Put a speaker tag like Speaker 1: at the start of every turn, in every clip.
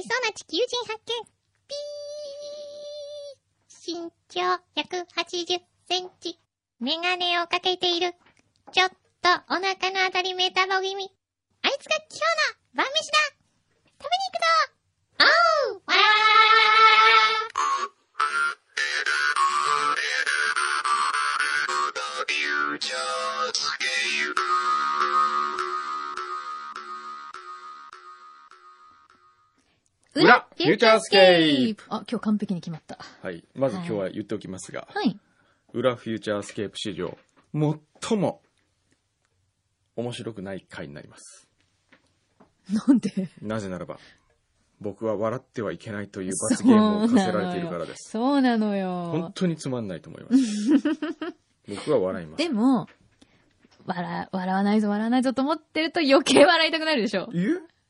Speaker 1: しそうな地球人発見。ピー。身長180センチ。メガネをかけている。ちょっとお腹のあたりメタボ気味。あいつが今日の晩飯だ食べに行くぞおうわー
Speaker 2: 裏フューチャースケー
Speaker 3: プあ、今日完璧に決まった。
Speaker 2: はい。まず今日は言っておきますが、
Speaker 3: はい。
Speaker 2: 裏フューチャースケープ史上、最も面白くない回になります。
Speaker 3: なんで
Speaker 2: なぜならば、僕は笑ってはいけないという罰ゲームを課せられているからです。
Speaker 3: そうなの
Speaker 2: 本
Speaker 3: よ。
Speaker 2: 当につまんないと思います。 僕は笑います。
Speaker 3: でも、笑、笑わないぞ、笑わないぞと思ってると余計笑いたくなるでしょ。
Speaker 2: え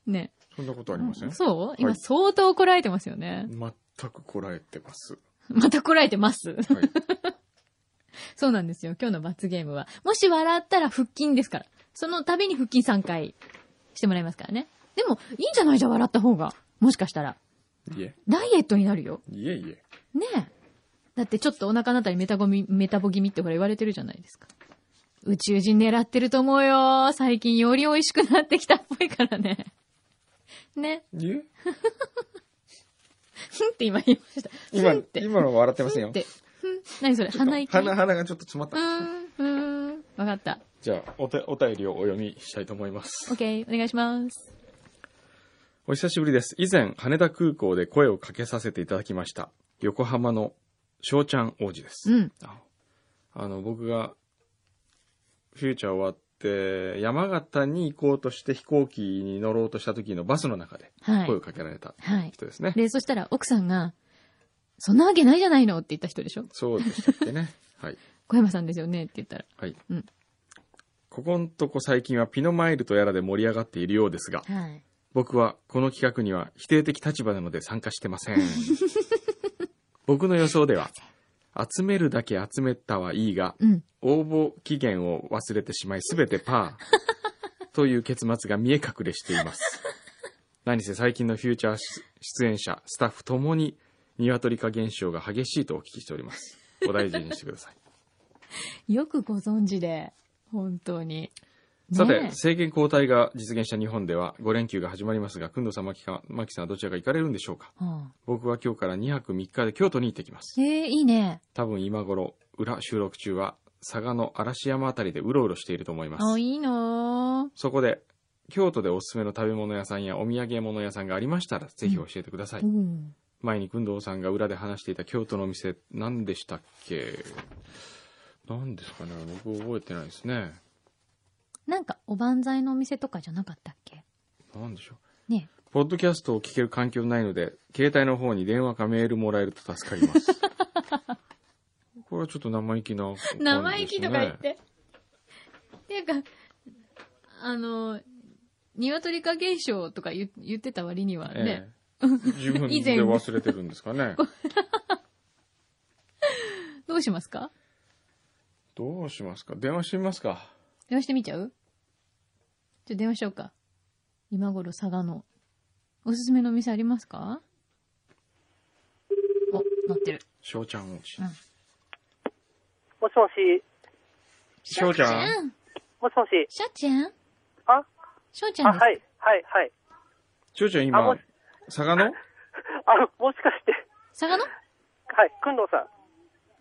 Speaker 3: ね。
Speaker 2: そんなことありません、
Speaker 3: そう
Speaker 2: は
Speaker 3: 今
Speaker 2: い
Speaker 3: 相当こらえてますよね。
Speaker 2: 全くこらえてます。
Speaker 3: またこらえてます。
Speaker 2: はい。
Speaker 3: そうなんですよ。今日の罰ゲームは。もし笑ったら腹筋ですから。その度に腹筋3回してもらいますからね。でも、いいんじゃないじゃん、笑った方が。もしかしたら。
Speaker 2: いえ、
Speaker 3: ダイエットになるよ。
Speaker 2: いえいえ。
Speaker 3: ねえ。だってちょっとお腹のあたりメタゴミ、メタボ気味ってほら言われてるじゃないですか。宇宙人狙ってると思うよ。最近より美味しくなってきたっぽいからね。ね。
Speaker 2: いえ
Speaker 3: ふんって今言いました。
Speaker 2: 今
Speaker 3: ふんっ、て。
Speaker 2: 今のは笑ってません
Speaker 3: ふんっ
Speaker 2: よ。
Speaker 3: て。ふん。何それ鼻息。
Speaker 2: 鼻、鼻がちょっと詰まっ
Speaker 3: う
Speaker 2: た。
Speaker 3: ーん、うーん。わかった。
Speaker 2: じゃあおた、お便りをお読みしたいと思います。
Speaker 3: オッケー、お願いします。
Speaker 2: お久しぶりです。以前、羽田空港で声をかけさせていただきました。横浜の翔ちゃん王子です。
Speaker 3: うん。
Speaker 2: ああの、僕が、フューチャー終わって、山形に行こうとして飛行機に乗ろうとした時のバスの中で
Speaker 3: はい
Speaker 2: 声をかけられた
Speaker 3: はい。
Speaker 2: 人ですね。
Speaker 3: で、そしたら奥さんが、そんなわけないじゃないのって言った人でしょ
Speaker 2: そうでしたっ けね。はい。
Speaker 3: 小山さんですよねって言ったら。
Speaker 2: はい。
Speaker 3: うん
Speaker 2: ここんとこ最近はピノマイルとやらで盛り上がっているようですが、
Speaker 3: はい。
Speaker 2: 僕はこの企画には否定的立場なので参加してません。僕の予想では、集めるだけ集めたはいいが、
Speaker 3: うん。
Speaker 2: 応募期限を忘れてしまい全てパーという結末が見え隠れしています。何せ最近のフューチャー出演者、スタッフともに鶏化現象が激しいとお聞きしております。お大事にしてください。
Speaker 3: よくご存知で、本当に。ね
Speaker 2: さて、政権交代が実現した日本では5連休が始まりますが、くんどさん、まきかまきさんはどちらか行かれるんでしょうか
Speaker 3: はあ
Speaker 2: 僕は今日から2泊3日で京都に行ってきます。
Speaker 3: えー、いいね。
Speaker 2: 多分今頃、裏収録中は佐賀の嵐山あたりでうろうろしていると思いま
Speaker 3: あ、
Speaker 2: す。
Speaker 3: いいな
Speaker 2: そこで、京都でおすすめの食べ物屋さんやお土産物屋さんがありましたら、ぜひ教えてください。
Speaker 3: うん。
Speaker 2: 前に、くんどうさんが裏で話していた京都のお店、何でしたっけ何ですかね僕覚えてないですね。
Speaker 3: なんか、おばんざいのお店とかじゃなかったっけ
Speaker 2: 何でしょう
Speaker 3: ね
Speaker 2: ポッドキャストを聞ける環境ないので、携帯の方に電話かメールもらえると助かり ます。これはちょっと生意気な、
Speaker 3: 生意気とか言っ。て。っていうか、あの、鶏化現象とか言言ってた割にはね
Speaker 2: え、 え、自分で
Speaker 3: 以前
Speaker 2: 忘れてるんですかね。
Speaker 3: どうしますか
Speaker 2: どうしますか電話してみますか
Speaker 3: 電話してみちゃうじゃあ電話しようか。今頃佐賀の。おすすめのお店ありますかお、乗ってる。
Speaker 2: 翔ちゃん王子
Speaker 3: うん。
Speaker 4: もしもし、
Speaker 2: 翔ちゃん
Speaker 4: もしもし、
Speaker 3: しょうちゃん
Speaker 4: あ、
Speaker 3: しょうちゃ
Speaker 4: あ、
Speaker 3: んです。
Speaker 4: はい、はい、はい。
Speaker 2: 翔ちゃん
Speaker 4: あも
Speaker 2: 今
Speaker 4: し、
Speaker 2: 佐賀の
Speaker 4: あの、もしかして、
Speaker 3: 佐賀の
Speaker 4: はい、くんどうさん、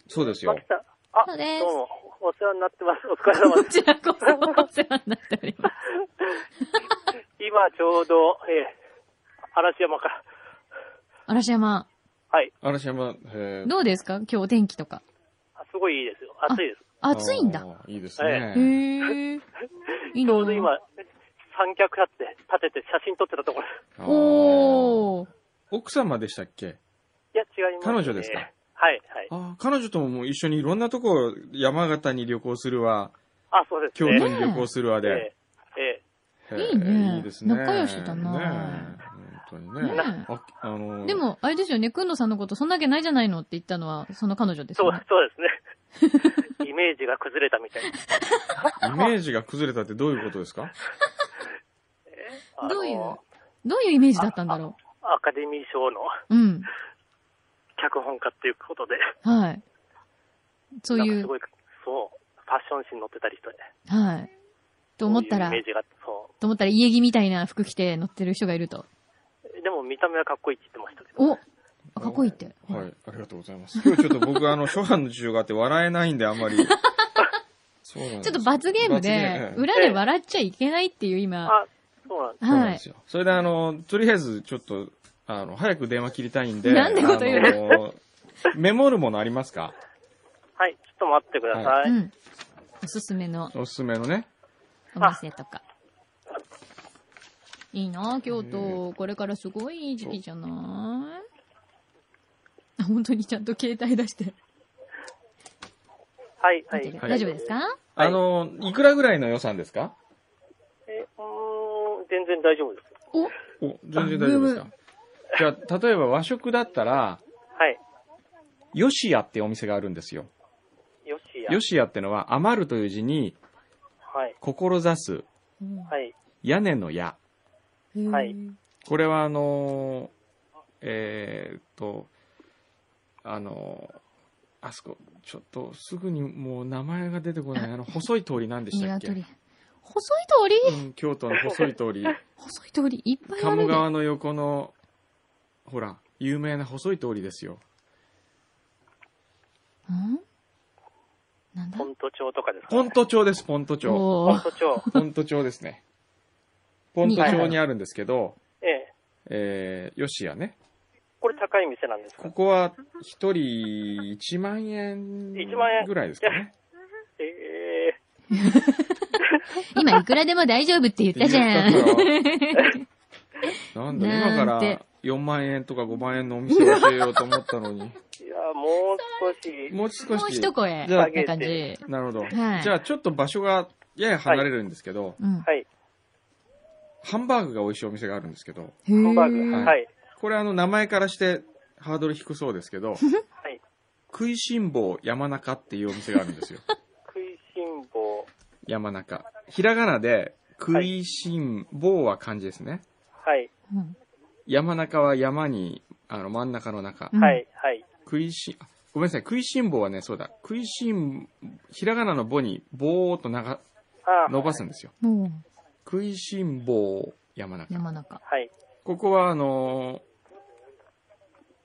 Speaker 2: そうです
Speaker 4: ま
Speaker 2: よ
Speaker 4: き。さん、あ、
Speaker 3: そうです
Speaker 4: どうも、お世話になってます。お疲れ様
Speaker 3: こ
Speaker 4: です。
Speaker 3: ちらこそお世話になっており ます。
Speaker 4: 今ちょうど、えー、嵐山から。
Speaker 3: 嵐山、
Speaker 4: はい、
Speaker 2: 嵐山、え
Speaker 3: どうですか今日お天気とか。
Speaker 4: あすごいいいですよ。暑いです。
Speaker 3: 暑いんだ。。
Speaker 2: あーいいです
Speaker 3: へ
Speaker 2: ね。
Speaker 3: え。いい
Speaker 4: ち
Speaker 3: な
Speaker 4: ょうど今。、三脚立って、立てて写真撮ってたところ。
Speaker 2: あー
Speaker 3: おー。
Speaker 2: 奥様でしたっけ
Speaker 4: いや、違います、ね。
Speaker 2: 彼女ですか
Speaker 4: はい、はい。
Speaker 2: あー彼女とももう一緒にいろんなとこ、山形に旅行するわ、
Speaker 4: あ、そうです
Speaker 2: 京
Speaker 4: ね。
Speaker 2: 都に旅行するわで。
Speaker 4: えー、え
Speaker 2: へ
Speaker 3: いいね
Speaker 2: いいですね。
Speaker 3: 仲良しだな
Speaker 2: ねえ本当にね。
Speaker 3: ねえ
Speaker 2: ああのー
Speaker 3: でも、あれですよね、くんのさんのこと、そんなわけないじゃないのって言ったのは、その彼女で
Speaker 4: ー
Speaker 3: す
Speaker 4: そう
Speaker 3: よね。、
Speaker 4: そうですね。イメージが崩れたみたいな。
Speaker 2: イメージが崩れたってどういうことですか
Speaker 4: あ の
Speaker 3: どういう、どういうイメージだったんだろ
Speaker 4: アカデミー賞の
Speaker 3: うん。
Speaker 4: 脚本家っていうことで、
Speaker 3: はい。そうい
Speaker 4: なんかす
Speaker 3: う、
Speaker 4: ごい、そう、ファッション誌に載ってたりして、
Speaker 3: はい。と思ったら、
Speaker 4: そういうイメージがあって、そ
Speaker 3: と思ったら家着みたいな服着て乗ってる人がいると。
Speaker 4: う。でも見た目はかっこいいって言ってましたけど、
Speaker 3: おあかっこいいって。
Speaker 2: はい、ありがとうございます。今日ちょっと僕、あの、初版の授業があって笑えないんで、あん まり。そうなんです
Speaker 3: ちょっと罰ゲームで、
Speaker 2: 裏
Speaker 3: 裏で笑っちゃいけないっていう今、
Speaker 4: あ、そうなんです。
Speaker 2: そうなん
Speaker 3: は
Speaker 2: で
Speaker 3: い
Speaker 2: す。よ。それで、あの、とりあえず、ちょっと、あの、早く電話切りたいんで。
Speaker 3: なんでこと言う
Speaker 2: のメモるものありますか
Speaker 4: はい、ちょっと待ってください。
Speaker 3: うん。おすすめの
Speaker 2: おすすめのね。
Speaker 3: お店とか。いいなあ京都。これからすごいいい時期じゃないあ、本当にちゃんと携帯出して。
Speaker 4: はい、は
Speaker 3: 見
Speaker 4: い。
Speaker 3: てる
Speaker 2: はい
Speaker 3: 大丈夫ですか
Speaker 2: あの、いくらぐらいの予算ですか
Speaker 4: え、うーん、全然大丈夫です。
Speaker 3: お
Speaker 2: お、全然大丈夫ですかじゃあ、例えば和食だったら、
Speaker 4: はい。
Speaker 2: ヨシヤってお店があるんですよ。
Speaker 4: よしや。
Speaker 2: ヨシヤってのは、余るという字に、
Speaker 4: はい。
Speaker 2: 志す、
Speaker 4: はい。
Speaker 2: 屋根の矢。
Speaker 3: うん
Speaker 4: はい
Speaker 2: これはあのーえーっと、あのーあそこ、ちょっとすぐにもう名前が出てこない、あの、細い通りなんでしたっけ、
Speaker 3: 鶏。細い通り
Speaker 2: うん、京都の細 い通り、
Speaker 3: 細い通りいっぱいある
Speaker 2: 鴨
Speaker 3: ね。
Speaker 2: 川の横の、ほら、有名な細い通りですよ。
Speaker 3: うんなんだ
Speaker 4: ポント町とかですか、
Speaker 2: ポン
Speaker 4: ね。
Speaker 2: ト町です、ポント町。
Speaker 3: お
Speaker 4: ポン
Speaker 3: ー
Speaker 4: ト町。
Speaker 2: ポント町ですね。ポント町にあるんですけど、
Speaker 4: ええ。
Speaker 2: えー、よしやね。
Speaker 4: これ高い店なんですか
Speaker 2: ここは一人1万円
Speaker 4: 1万円
Speaker 2: ぐらいですかね。
Speaker 4: ええ
Speaker 3: 今いくらでも大丈夫って言ったじゃん。
Speaker 2: なんだ、
Speaker 3: なん
Speaker 2: 今から
Speaker 3: て
Speaker 2: 4万円とか5万円のお店を教えようと思ったの に。
Speaker 4: いや、もう少し。
Speaker 2: もう少し。
Speaker 3: もう一声。
Speaker 2: じゃあ
Speaker 3: な感じ。
Speaker 2: なるほど。
Speaker 3: はい
Speaker 2: じゃあちょっと場所がやや離れるんですけど、
Speaker 3: うん。
Speaker 4: はい。
Speaker 2: ハンバーグが美味しいお店があるんですけど、
Speaker 3: ハ
Speaker 4: ハンバーグ。
Speaker 2: はい
Speaker 4: はい。
Speaker 2: これあの名前からしてハードル低そうですけど、
Speaker 4: はい。
Speaker 2: 食いしん坊山中っていうお店があるん ですよ。
Speaker 4: 食いしん坊。
Speaker 2: 山中。ひらがなで、食いしん坊は漢字ですね。
Speaker 4: はい。
Speaker 3: うん
Speaker 2: 山中は山に、あの真ん中の中。
Speaker 3: うん
Speaker 4: はい。はい。
Speaker 2: 食いしん、あごめんなさい、食いしん坊はね、そうだ、食いしん、ひらがなのぼに、ぼーっと長
Speaker 4: あ
Speaker 2: 伸ば
Speaker 4: す。
Speaker 2: すんですよ。
Speaker 3: もう、
Speaker 2: 食いしん坊山中。
Speaker 3: 山中。
Speaker 4: はい。
Speaker 2: ここは、あの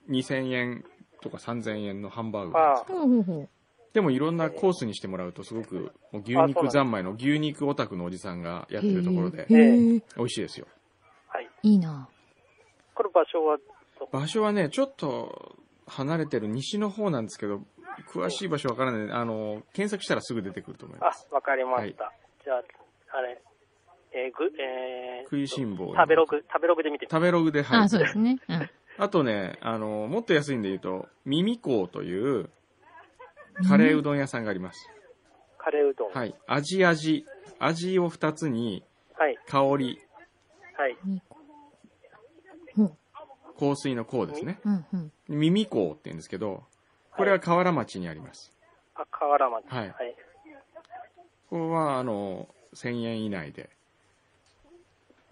Speaker 2: ー2000円とか3000円のハンバーグなんです
Speaker 4: あ
Speaker 2: よ。
Speaker 3: ほうほうほ
Speaker 2: でもいろんなコースにしてもらうと、すごく、もう牛肉三昧の牛肉オタクのおじさんがや
Speaker 3: う。
Speaker 2: ってるところで
Speaker 3: へ、ー。
Speaker 2: 美味しいですよ。
Speaker 4: はい。
Speaker 3: いいな。
Speaker 4: これ場所は、
Speaker 2: 場所はね、ちょっと離れてる西の方なんですけど、詳しい場所わからない。あのー検索したらすぐ出てくると思います。
Speaker 4: あ、わかりました。じゃあ、あれ、えー、ぐ、えー、
Speaker 2: 食いしん坊。
Speaker 4: 食べログ、食べログで見てみて。
Speaker 2: 食べログで、はい。
Speaker 3: あ、そうですね。うん。
Speaker 2: あとね、あの、もっと安いんで言うと、ミミコウという、カレーうどん屋さんがあります。
Speaker 4: カレーうどん。は
Speaker 2: はい。味味。味を二つに、
Speaker 4: い。
Speaker 2: 香り、
Speaker 4: はい。
Speaker 3: ミコほ
Speaker 2: 香水の香ですね。
Speaker 3: う。うんうん。
Speaker 2: ミミコウって言うんですけど、これは河原町にあります。
Speaker 4: あ、河原町。
Speaker 2: はい
Speaker 4: はい。
Speaker 2: これは、あの、1000円以内で。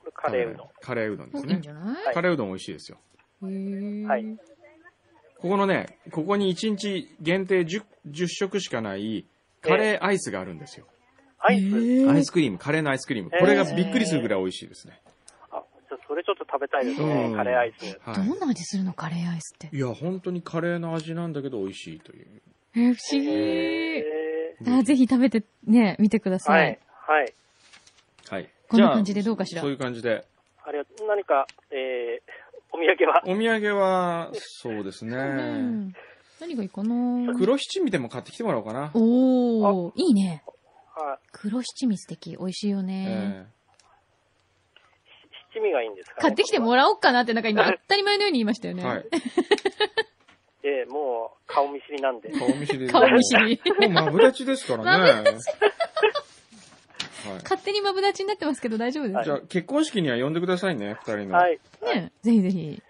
Speaker 4: これカレーうどん。
Speaker 2: カレーうどんで
Speaker 3: お
Speaker 2: す
Speaker 3: いいん
Speaker 2: ね
Speaker 3: じ。ゃない
Speaker 4: はい
Speaker 2: カレーうどん美味しいですよ。
Speaker 3: へー
Speaker 4: はい
Speaker 2: ここのね、ここに1日限定 10, 10食しかない、カレーアイスがあるんですよ。
Speaker 4: アイ
Speaker 3: へ
Speaker 4: ス。
Speaker 3: ー
Speaker 2: アイスクリーム、カレーのアイスクリーム。これがびっくりするぐらい美味しいですね。
Speaker 4: あ、じゃあそれちょっと食べたいですね。
Speaker 2: うん
Speaker 4: カレーアイス。
Speaker 2: は
Speaker 3: ど
Speaker 2: い。
Speaker 3: んな味するのカレーアイスって。
Speaker 2: いや、本当にカレーの味なんだけど美味しいという。
Speaker 3: えー、不思
Speaker 4: え
Speaker 3: 議。
Speaker 4: ー
Speaker 3: あ、ぜひ食べて、ね、見てくださ
Speaker 4: はいい。。はい。
Speaker 2: はい。
Speaker 3: こんな感じでどうかしら
Speaker 2: そういう感じで。
Speaker 4: ありがとう。何か、えー、お土産は
Speaker 2: お土産は、そうです
Speaker 3: う
Speaker 2: ね。
Speaker 3: ん。何がいいかな
Speaker 2: 黒七味でも買ってきてもらおうかな。
Speaker 3: おー、いいね。
Speaker 4: あ
Speaker 3: 黒七味素敵。美味しいよね。
Speaker 2: え
Speaker 4: 七味がいいんですかね
Speaker 3: 買ってきてもらおうかなって、なんか今当たり前のように言いましたよ
Speaker 2: え
Speaker 3: ね。
Speaker 2: はい。
Speaker 4: えー、もう、顔見知りなんで。
Speaker 2: 顔見知りで。
Speaker 3: 顔見知り。
Speaker 2: もうマブダチですからね。は
Speaker 3: 勝手にマブダチになってますけど大丈夫です
Speaker 2: い。じゃあ、結婚式には呼んでくださいね、二人の。
Speaker 4: はい。
Speaker 3: ねぜひぜひ。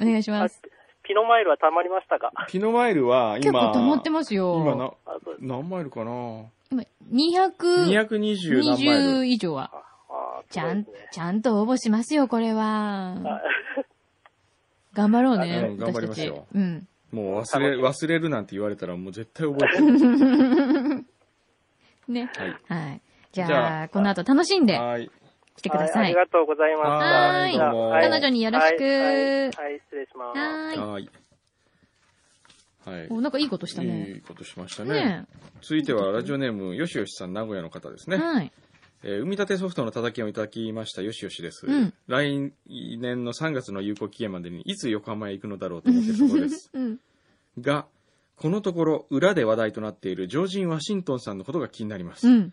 Speaker 3: お願いし
Speaker 4: あ
Speaker 3: ます。
Speaker 4: ピノマイルはたまりましたか
Speaker 2: ピノマイルは
Speaker 3: 結
Speaker 2: 今、
Speaker 3: 構溜まってます
Speaker 2: 今
Speaker 3: よ。
Speaker 2: な、
Speaker 4: あ、そうです。
Speaker 2: 何マイルかな
Speaker 3: 今、200、
Speaker 2: ?220 何マイル。
Speaker 3: 20以上は。
Speaker 4: あ、
Speaker 3: ちゃん
Speaker 4: そうですね、
Speaker 3: ちゃんと応募しますよ、これは。
Speaker 4: あ
Speaker 3: 頑張ろうね。
Speaker 2: うん頑張りま
Speaker 3: 私た
Speaker 2: し
Speaker 3: ち
Speaker 2: ょ
Speaker 3: うん。
Speaker 2: もう忘れ、忘れるなんて言われたらもう絶対覚えてる。
Speaker 3: ね。
Speaker 2: はい。
Speaker 3: はい。じ
Speaker 2: じ
Speaker 3: ゃ
Speaker 2: ゃ
Speaker 3: あ、この後楽しんで
Speaker 2: はい。
Speaker 3: 来てくださ
Speaker 4: は
Speaker 3: い。
Speaker 4: い。ありがとうございました。
Speaker 2: はい
Speaker 4: じゃあ
Speaker 2: はい彼
Speaker 3: 女によろしく
Speaker 4: はい、はいはい失礼します。
Speaker 3: はーい。
Speaker 2: はい。はい。
Speaker 3: お、なんかいいことしたね。
Speaker 2: いいことしましたね。
Speaker 3: ね
Speaker 2: 続いては、ラジオネーム、よしよしさん、名古屋の方です
Speaker 3: え。
Speaker 2: ね。
Speaker 3: はい。
Speaker 2: えー、産み立てソフトの叩きをいただきました、よしよしです。
Speaker 3: うん
Speaker 2: 来年の3月の有効期限までに、いつ横浜へ行くのだろうと思ってるところです。
Speaker 3: うん。
Speaker 2: が、このところ、裏で話題となっているジョージン・ワシントンさんのことが気になります。
Speaker 3: うん。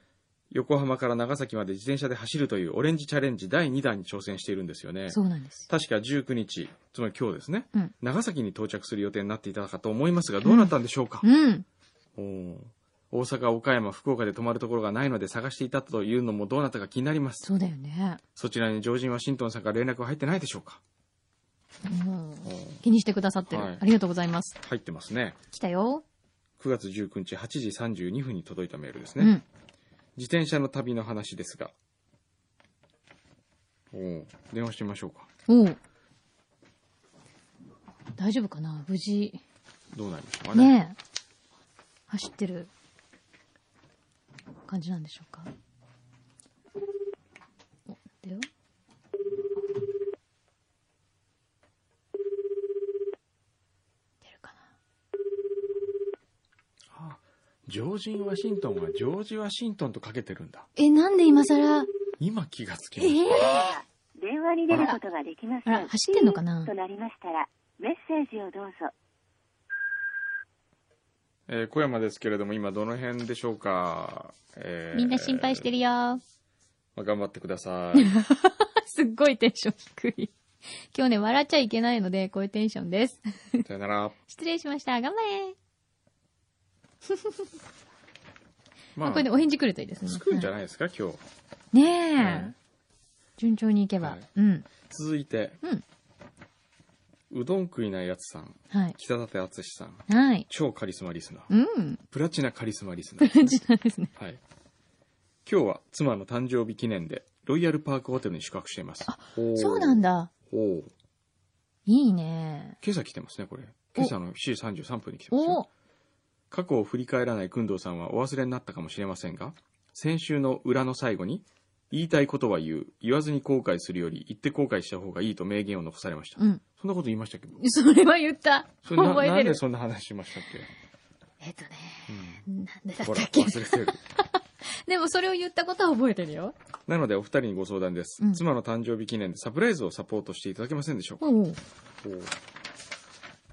Speaker 2: 横浜から長崎まで自転車で走るというオレンジチャレンジ第2弾に挑戦しているんですよね。
Speaker 3: そうなんです。
Speaker 2: 確か19日、つまり今日ですね、
Speaker 3: うん
Speaker 2: 長崎に到着する予定になっていたかと思いますが、どうなったんでしょうか、
Speaker 3: うん。
Speaker 2: おー大阪、岡山、福岡で泊まるところがないので探していたというのもどうなったか気になります。
Speaker 3: そうだよね。
Speaker 2: そちらにジョージン・ワシントンさんから連絡は入ってないでしょうか
Speaker 3: うん
Speaker 2: おー
Speaker 3: 気にしてくださってる
Speaker 2: はい。
Speaker 3: ありがとうございます。
Speaker 2: 入ってますね。
Speaker 3: 来たよ。
Speaker 2: 9月19日8時32分に届いたメールです
Speaker 3: う
Speaker 2: ね。
Speaker 3: ん。
Speaker 2: 自転車の旅の話ですが。おー電話してみましょうか。
Speaker 3: おう。大丈夫かな無事。
Speaker 2: どうなりましょうかね。
Speaker 3: ねえ。走ってる感じなんでしょうか。お、だよ。出るか
Speaker 2: あジョージン・ワシントンはジョージ・ワシントンとかけてるんだ。
Speaker 3: なえ、なんで今更
Speaker 2: 今気がつき
Speaker 3: え
Speaker 2: ました。
Speaker 5: 電話に出ることができませ
Speaker 3: あら
Speaker 5: ん。
Speaker 3: 走ってんのかな
Speaker 5: となりましたら、メッセージをどうぞ。
Speaker 2: えー小山ですけれども、今どの辺でしょうか、えー
Speaker 1: みんな心配してるよ。
Speaker 2: まあ頑張ってください。
Speaker 3: すっごいテンション低い。今日ね、笑っちゃいけないので、こういうテンションです。
Speaker 2: さよ なら。
Speaker 3: 失礼しました。頑張れ。
Speaker 2: ま
Speaker 3: これでお返事くるといいですね。
Speaker 2: つくんじゃないですか、今日。
Speaker 3: ねえ、
Speaker 2: うん
Speaker 3: 順調にいけば。
Speaker 2: はい
Speaker 3: うん。
Speaker 2: 続いて、
Speaker 3: うん
Speaker 2: うどん食いないやつさん、
Speaker 3: はい。
Speaker 2: 北舘淳さん、
Speaker 3: はい。
Speaker 2: 超カリスマリスナー、
Speaker 3: うん。
Speaker 2: プラチナカリスマリスナー。
Speaker 3: 感じなんですね。
Speaker 2: はい。今日は妻の誕生日記念で、ロイヤルパークホテルに宿泊しています。
Speaker 3: そうなん
Speaker 2: だ。
Speaker 3: だ。
Speaker 2: おー
Speaker 3: いいね。
Speaker 2: 今朝来てますね、これ。今朝の7時33分に来てますよ。
Speaker 3: お
Speaker 2: 過去を振り返らない工藤さんはお忘れになったかもしれませんが、先週の裏の最後に、言いたいことは言う、言わずに後悔するより言って後悔した方がいいと名言を残されました。
Speaker 3: うん。
Speaker 2: そんなこと言いま したっけど。
Speaker 3: それは言った。
Speaker 2: それな
Speaker 3: 覚え
Speaker 2: な
Speaker 3: て
Speaker 2: んで
Speaker 3: る。
Speaker 2: そんな話しましたっ
Speaker 3: えっとね、
Speaker 2: け、
Speaker 3: なんでだ
Speaker 2: うん、
Speaker 3: っ
Speaker 2: ほら、
Speaker 3: たっけ
Speaker 2: 忘れてる。
Speaker 3: でもそれを言ったことは覚えてるよ。
Speaker 2: なのでお二人にご相談です、
Speaker 3: うん
Speaker 2: 妻の誕生日記念でサプライズをサポートしていただけませんでしょうか、
Speaker 3: おう。
Speaker 2: おう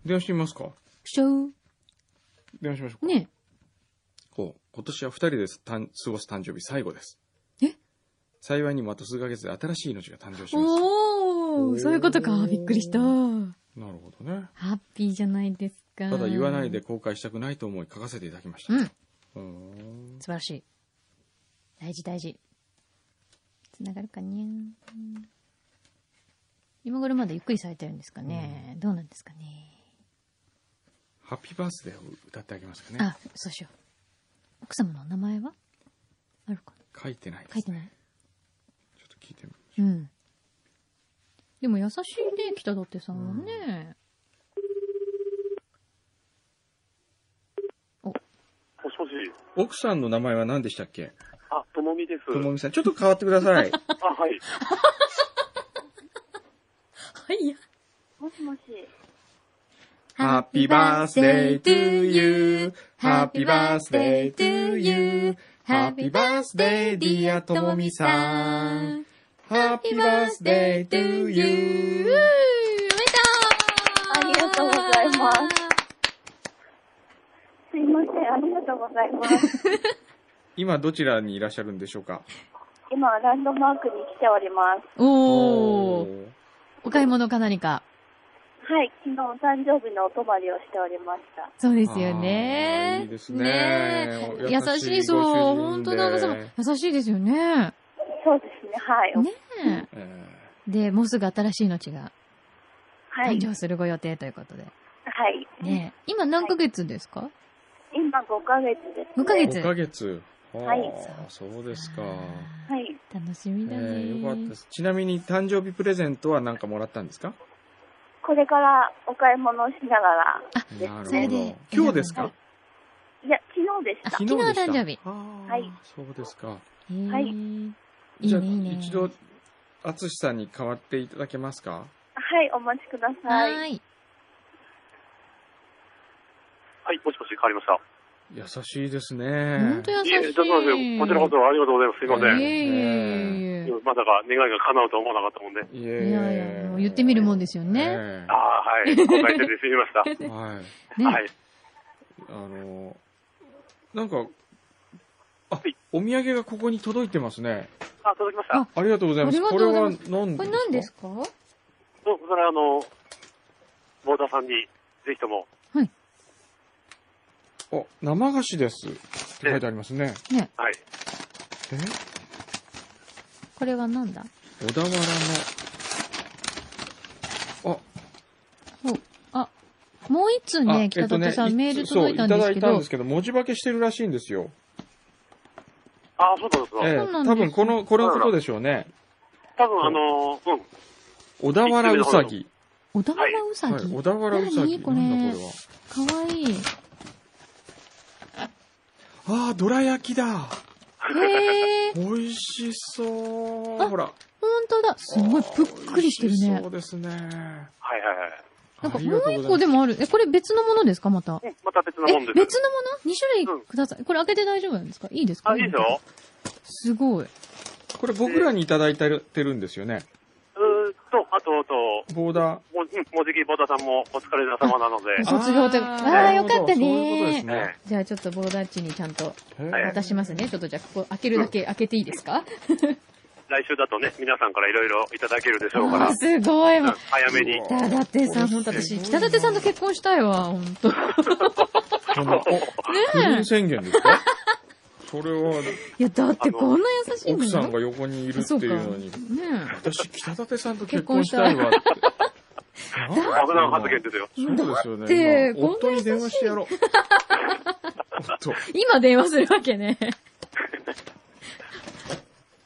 Speaker 2: 電話してみますか
Speaker 3: しちゃう。
Speaker 2: 電話しましょうか。
Speaker 3: ね
Speaker 2: こう今年は二人ですたん過ごす誕生日最後です。
Speaker 3: え
Speaker 2: 幸いにもあと数ヶ月で新しい命が誕生します。
Speaker 3: お
Speaker 2: お
Speaker 3: お
Speaker 2: ー
Speaker 3: そういうことか。びっくりした。ハ
Speaker 2: なるほどね。
Speaker 3: ッピーじゃないですか。
Speaker 2: ただ言わないで。後悔したくないと思い書かせていただきました。
Speaker 3: うん。素
Speaker 2: うーん
Speaker 3: 晴らしい。大事大事。つながるかにゃー今頃までゆっくりされてるんですかね。どうなんですかね。
Speaker 2: ハッピーバースデーを歌ってあげますかね。
Speaker 3: あ、そうしよう。奥様のお名前はあるかな
Speaker 2: 書いてないです、
Speaker 3: 書いてない。
Speaker 2: ちょっと聞いてみる。
Speaker 3: うん。でも優しいね、北舘さんはね。
Speaker 4: もしもし。
Speaker 2: 奥さんの名前は何でしたっけ
Speaker 4: あ、ともみです。
Speaker 2: ともみさん。ちょっと変わってくださ い。
Speaker 4: あ、はい。
Speaker 3: はいや。
Speaker 5: もしもし。
Speaker 2: Happy birthday to you. Happy birthday to you. Happy birthday dear ともみさん。。Happy birthday to
Speaker 3: おめで
Speaker 2: you.
Speaker 3: とう
Speaker 5: ありがとうございますすいません、ありがとうございます。
Speaker 2: 今どちらにいらっしゃるんでしょうか
Speaker 5: 今、ランドマークに来ております。
Speaker 3: おー。
Speaker 2: ー
Speaker 3: お買い物か何か。
Speaker 5: はい、昨日お誕生日のお泊まりをしておりました。
Speaker 3: そうですよね
Speaker 2: あ。ーいいですね
Speaker 3: ねえ
Speaker 2: 優
Speaker 3: 優
Speaker 2: しい
Speaker 3: しい、そう。
Speaker 2: ご主人で
Speaker 3: 本当だ、奥様。優しいですよね。
Speaker 5: そうですね、はい。
Speaker 3: ねえ。
Speaker 2: え
Speaker 3: で、もうすぐ新しい命が
Speaker 5: は
Speaker 3: 誕
Speaker 5: い。
Speaker 3: 生するご予定ということで。
Speaker 5: はい。
Speaker 3: ねえ今何ヶ月ですか、
Speaker 5: 今、5ヶ月です、ね。
Speaker 3: 5ヶ
Speaker 2: ー、
Speaker 3: 月
Speaker 2: 5ヶ月。は
Speaker 5: はい
Speaker 2: あ、そうですか。
Speaker 3: あ
Speaker 5: はい。
Speaker 3: ー楽しみだね、
Speaker 2: えーよかったです。ちなみに誕生日プレゼントは何かもらったんですか
Speaker 5: これからお買い物をしながら、
Speaker 2: な
Speaker 3: それ
Speaker 2: るほ
Speaker 3: で
Speaker 2: ど。今日ですか
Speaker 5: いや、昨日でし
Speaker 3: あ
Speaker 5: た。
Speaker 2: 昨日でし
Speaker 3: 昨
Speaker 2: た
Speaker 3: 日誕生日。
Speaker 2: あー
Speaker 5: はい
Speaker 2: そうですか。
Speaker 3: へー
Speaker 5: はい
Speaker 3: いい
Speaker 2: じゃあ、
Speaker 3: ね、いいね。
Speaker 2: 一度、あつしさんに代わっていただけますか
Speaker 5: はい、お待ちくだ
Speaker 3: は
Speaker 5: さい。
Speaker 3: ーい。
Speaker 4: はい、もしもし、変わりました。
Speaker 2: 優しいですね。
Speaker 3: 本当優しい。
Speaker 4: いえ、ちょっと待って、こちらこそありがとうございます。すいませ
Speaker 2: そ
Speaker 3: い
Speaker 4: ん。
Speaker 3: えいえいえい
Speaker 4: まさか願いが叶うとは思わなかったもんで。
Speaker 2: い
Speaker 3: え。
Speaker 2: え
Speaker 3: いやいや、もう言ってみるもんですよね。
Speaker 2: え
Speaker 4: ああ、 はい。ご回転ですみました。
Speaker 2: えはい。
Speaker 3: ね。
Speaker 4: はい。
Speaker 2: あの、なんか、あ
Speaker 4: い、
Speaker 2: お土産がここに届いてますね。
Speaker 4: あ、届きました。
Speaker 3: あ
Speaker 2: ありがとうございます。
Speaker 3: ありがと
Speaker 2: こ
Speaker 3: う
Speaker 2: れ
Speaker 3: ござい
Speaker 2: は
Speaker 3: ます
Speaker 2: 何
Speaker 3: これ何ですか
Speaker 4: そうそれはあの、ボーダーさんに、ぜひとも、
Speaker 2: あ、生菓子です。って書いてありますね。
Speaker 3: ね。
Speaker 4: はい。
Speaker 2: え
Speaker 3: これは何だ
Speaker 2: 小田原の、あ、
Speaker 3: あ、もう一通
Speaker 2: あ
Speaker 3: ね、北舘さん、
Speaker 2: い
Speaker 3: メール届いたんですけ
Speaker 2: そういただいたん
Speaker 3: ど
Speaker 2: です、けど、文字化けしてるらしいんですよ。
Speaker 4: ああ、そうなんですか。
Speaker 2: ええ
Speaker 3: そうなんです
Speaker 2: 多分この、これのことでしょうね。
Speaker 4: 多分あの、うん。
Speaker 2: 小田原うさぎ。
Speaker 3: 小田原うさ
Speaker 2: はい、
Speaker 3: ぎ。
Speaker 2: 小田原うさぎ。
Speaker 3: 何これ
Speaker 2: なんだこれは。
Speaker 3: かわいい。
Speaker 2: ああ、どら焼きだ。
Speaker 3: へえ、
Speaker 2: 美味しそう。
Speaker 3: あ
Speaker 2: ほら。
Speaker 3: ほんとだ。すごい、ぷっくりしてる
Speaker 2: 美味し
Speaker 3: ね
Speaker 2: そ。うですね。なん
Speaker 4: はいはいはい。
Speaker 3: なんかもう一個でもある。え、これ別のものですかまた。
Speaker 4: うん、また別の
Speaker 3: え、別
Speaker 4: も
Speaker 3: の
Speaker 4: ん
Speaker 3: も
Speaker 4: で
Speaker 3: の
Speaker 4: す。
Speaker 3: ?2 種類ください。これ開けて大丈夫なんですかいいですか
Speaker 4: あ、いいですよ。
Speaker 3: すごい。
Speaker 2: これ僕らにいただいてるてるんですよね。
Speaker 4: うーんと、あと、あと、
Speaker 2: ボーダー。
Speaker 4: もう、うん、もうじきボーダーさんもお疲れ様なので、
Speaker 3: あ卒業って
Speaker 2: なるほど
Speaker 3: あーよかったね
Speaker 2: そういうことです
Speaker 4: ええ
Speaker 2: ね。
Speaker 3: じゃあちょっとボーダーっちにちゃんと
Speaker 2: へえ
Speaker 3: 渡しますね。ちょっとじゃあここ開けるだけ開けていいですか
Speaker 4: 来週だとね、皆さんからいろいろいただけるでしょうから
Speaker 3: あ、すごい。
Speaker 4: うん
Speaker 3: もう
Speaker 4: 早めに。
Speaker 3: 北舘さん、ほんと私、北舘さんと結婚したいわ、ほんと。
Speaker 2: この、不倫宣言ですか それは、
Speaker 3: いや、だってこんな優しいの
Speaker 2: 奥
Speaker 3: よ
Speaker 2: さんが横にいるって
Speaker 3: そうか。
Speaker 2: いうのに
Speaker 3: ね。
Speaker 2: 私、北舘さんと結婚したいわって。危
Speaker 4: 危ない発言ですよ。
Speaker 2: そうですよね。
Speaker 3: だって
Speaker 2: 今
Speaker 3: こんな
Speaker 2: 夫に電話してやろう。夫。
Speaker 3: え今電話するわけね。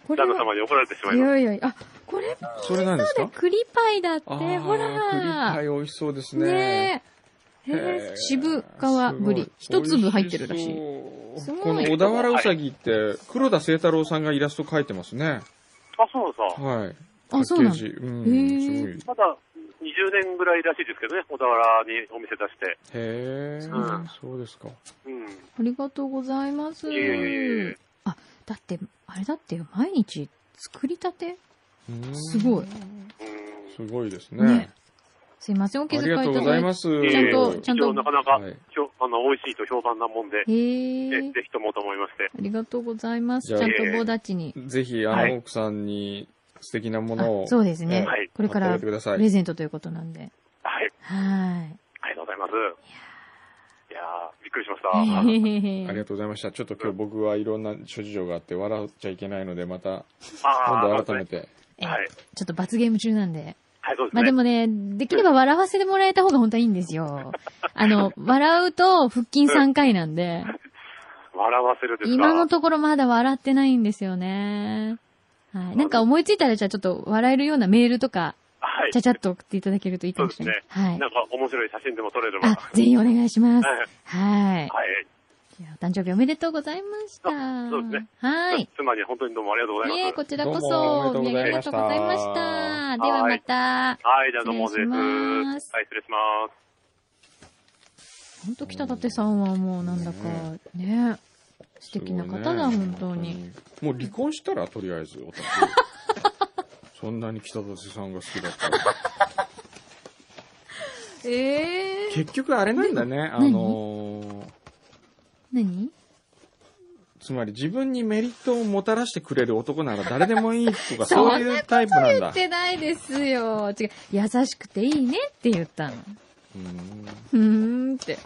Speaker 3: これ
Speaker 4: 旦那
Speaker 3: は
Speaker 4: 様に怒られてしまい
Speaker 3: い
Speaker 4: ます。
Speaker 3: やいやいや、あ、これも
Speaker 2: それなんですか
Speaker 3: 栗パイだって、
Speaker 2: あー
Speaker 3: ほ
Speaker 2: 栗パ
Speaker 3: ら。
Speaker 2: イ美味しそうですね。
Speaker 3: ねえ。へ
Speaker 2: へ
Speaker 3: え
Speaker 2: え
Speaker 3: 渋皮ぶり。
Speaker 2: すご
Speaker 3: 一粒入ってるらし
Speaker 2: 美
Speaker 3: い。
Speaker 2: 味し
Speaker 3: す
Speaker 2: そ
Speaker 3: ご
Speaker 2: う
Speaker 3: い
Speaker 2: この小田原うさぎって、黒田清太郎さんがイラスト描いてますね。
Speaker 4: あ、そうなんですか。
Speaker 2: はい。
Speaker 3: あ、そうなの
Speaker 2: パッケージ。う
Speaker 3: へえ
Speaker 2: ん、すごい。
Speaker 4: まだ20年ぐらいらしいですけどね、小田原にお店出して。
Speaker 2: へえ
Speaker 4: うん、
Speaker 2: そうですか。
Speaker 4: うん。
Speaker 3: ありがとうございます
Speaker 4: いえいえいえ。
Speaker 3: あ、だって、あれだってよ、毎日作りたて
Speaker 2: うん
Speaker 3: すごい。。
Speaker 4: うん。
Speaker 2: すごいですね
Speaker 3: ね。すいません、お
Speaker 2: あ
Speaker 3: 気
Speaker 2: り
Speaker 3: 遣いい
Speaker 2: がと
Speaker 3: た
Speaker 2: うござ
Speaker 3: だ
Speaker 2: い
Speaker 3: いて。
Speaker 2: ます。
Speaker 4: え
Speaker 3: ちゃんと、
Speaker 4: え
Speaker 3: ちゃん
Speaker 4: 一応
Speaker 3: と
Speaker 4: な。かなか、
Speaker 2: はい
Speaker 4: ひょあの、美味しいと評判なもんで、
Speaker 3: へ
Speaker 4: え
Speaker 3: え。
Speaker 4: ぜひともと思いまして。
Speaker 3: ありがとうございます。ち
Speaker 2: じゃ
Speaker 3: ゃ
Speaker 2: あ
Speaker 3: んと棒立ちに。
Speaker 2: ぜひ、あ
Speaker 4: は
Speaker 2: の、
Speaker 4: い
Speaker 2: 奥さんに素敵なも
Speaker 3: あ
Speaker 2: のを。
Speaker 3: そうです
Speaker 2: え
Speaker 3: ね
Speaker 2: ー
Speaker 4: はい。
Speaker 3: これか
Speaker 2: 買
Speaker 3: ら
Speaker 2: って
Speaker 3: プ
Speaker 2: ください
Speaker 3: レゼントということなんで。
Speaker 4: はい。
Speaker 3: は
Speaker 4: ありがとうございます。いやー、びっくりしました。
Speaker 3: ーい。
Speaker 2: ありがとうございました。ちょっと今日僕はいろんな諸事情があって笑っちゃいけないので、また今
Speaker 4: あ
Speaker 2: 度
Speaker 4: ー
Speaker 2: 改め。て。
Speaker 3: えー
Speaker 4: はい。
Speaker 3: ちょっと罰ゲーム中なんで。
Speaker 4: はい、そうです
Speaker 3: ま
Speaker 4: ね。
Speaker 3: あでもね、できれば笑わせてもらえた方が本当はいいんですよ。 あの、笑うと腹筋3回なん で、
Speaker 4: 笑わせるですか
Speaker 3: 今のところまだ笑ってないんですよね。はい。なんか思いついたらじゃあちょっと笑えるようなメールとか、
Speaker 4: はい
Speaker 3: ちゃ。ちゃっと送っていただけるといいかもしれない。はい
Speaker 4: な。んか面白い写真でも撮れれば。は
Speaker 3: あ、ぜひお願いします。
Speaker 4: い。
Speaker 3: はい。
Speaker 4: はい
Speaker 3: いやお誕生日おめでとうございました。
Speaker 4: あそうですね
Speaker 3: はーい。
Speaker 4: 妻に本当にどうもありがとうござい
Speaker 3: いえ、
Speaker 4: ま
Speaker 3: こちらこそ、
Speaker 2: どうもおめでとうござ
Speaker 3: あ
Speaker 2: い
Speaker 3: り
Speaker 2: ま
Speaker 3: が
Speaker 2: し
Speaker 3: と
Speaker 2: た
Speaker 3: うございました。ではまた。
Speaker 4: す。はい、じゃあどうもです。
Speaker 3: 失礼します
Speaker 4: はい、失礼します。
Speaker 3: ほんと北舘さんはもうなんだか、ね。素敵な方だ、
Speaker 2: すごい
Speaker 3: 本
Speaker 2: ね
Speaker 3: 当に。。
Speaker 2: もう離婚したら、とりあえず、 私。そんなに北舘さんが好きだったら。
Speaker 3: ええ。
Speaker 2: 結局あれなんだね、あのー、
Speaker 3: 何
Speaker 2: つまり自分にメリットをもたらしてくれる男なら誰でもいいと
Speaker 3: そ
Speaker 2: か、
Speaker 3: ん
Speaker 2: そ
Speaker 3: な
Speaker 2: ういうタイプなん
Speaker 3: 言
Speaker 2: だ
Speaker 3: っ。てないですよ。違う。優しくていいねって言ったの。
Speaker 2: うん
Speaker 3: ふーんって。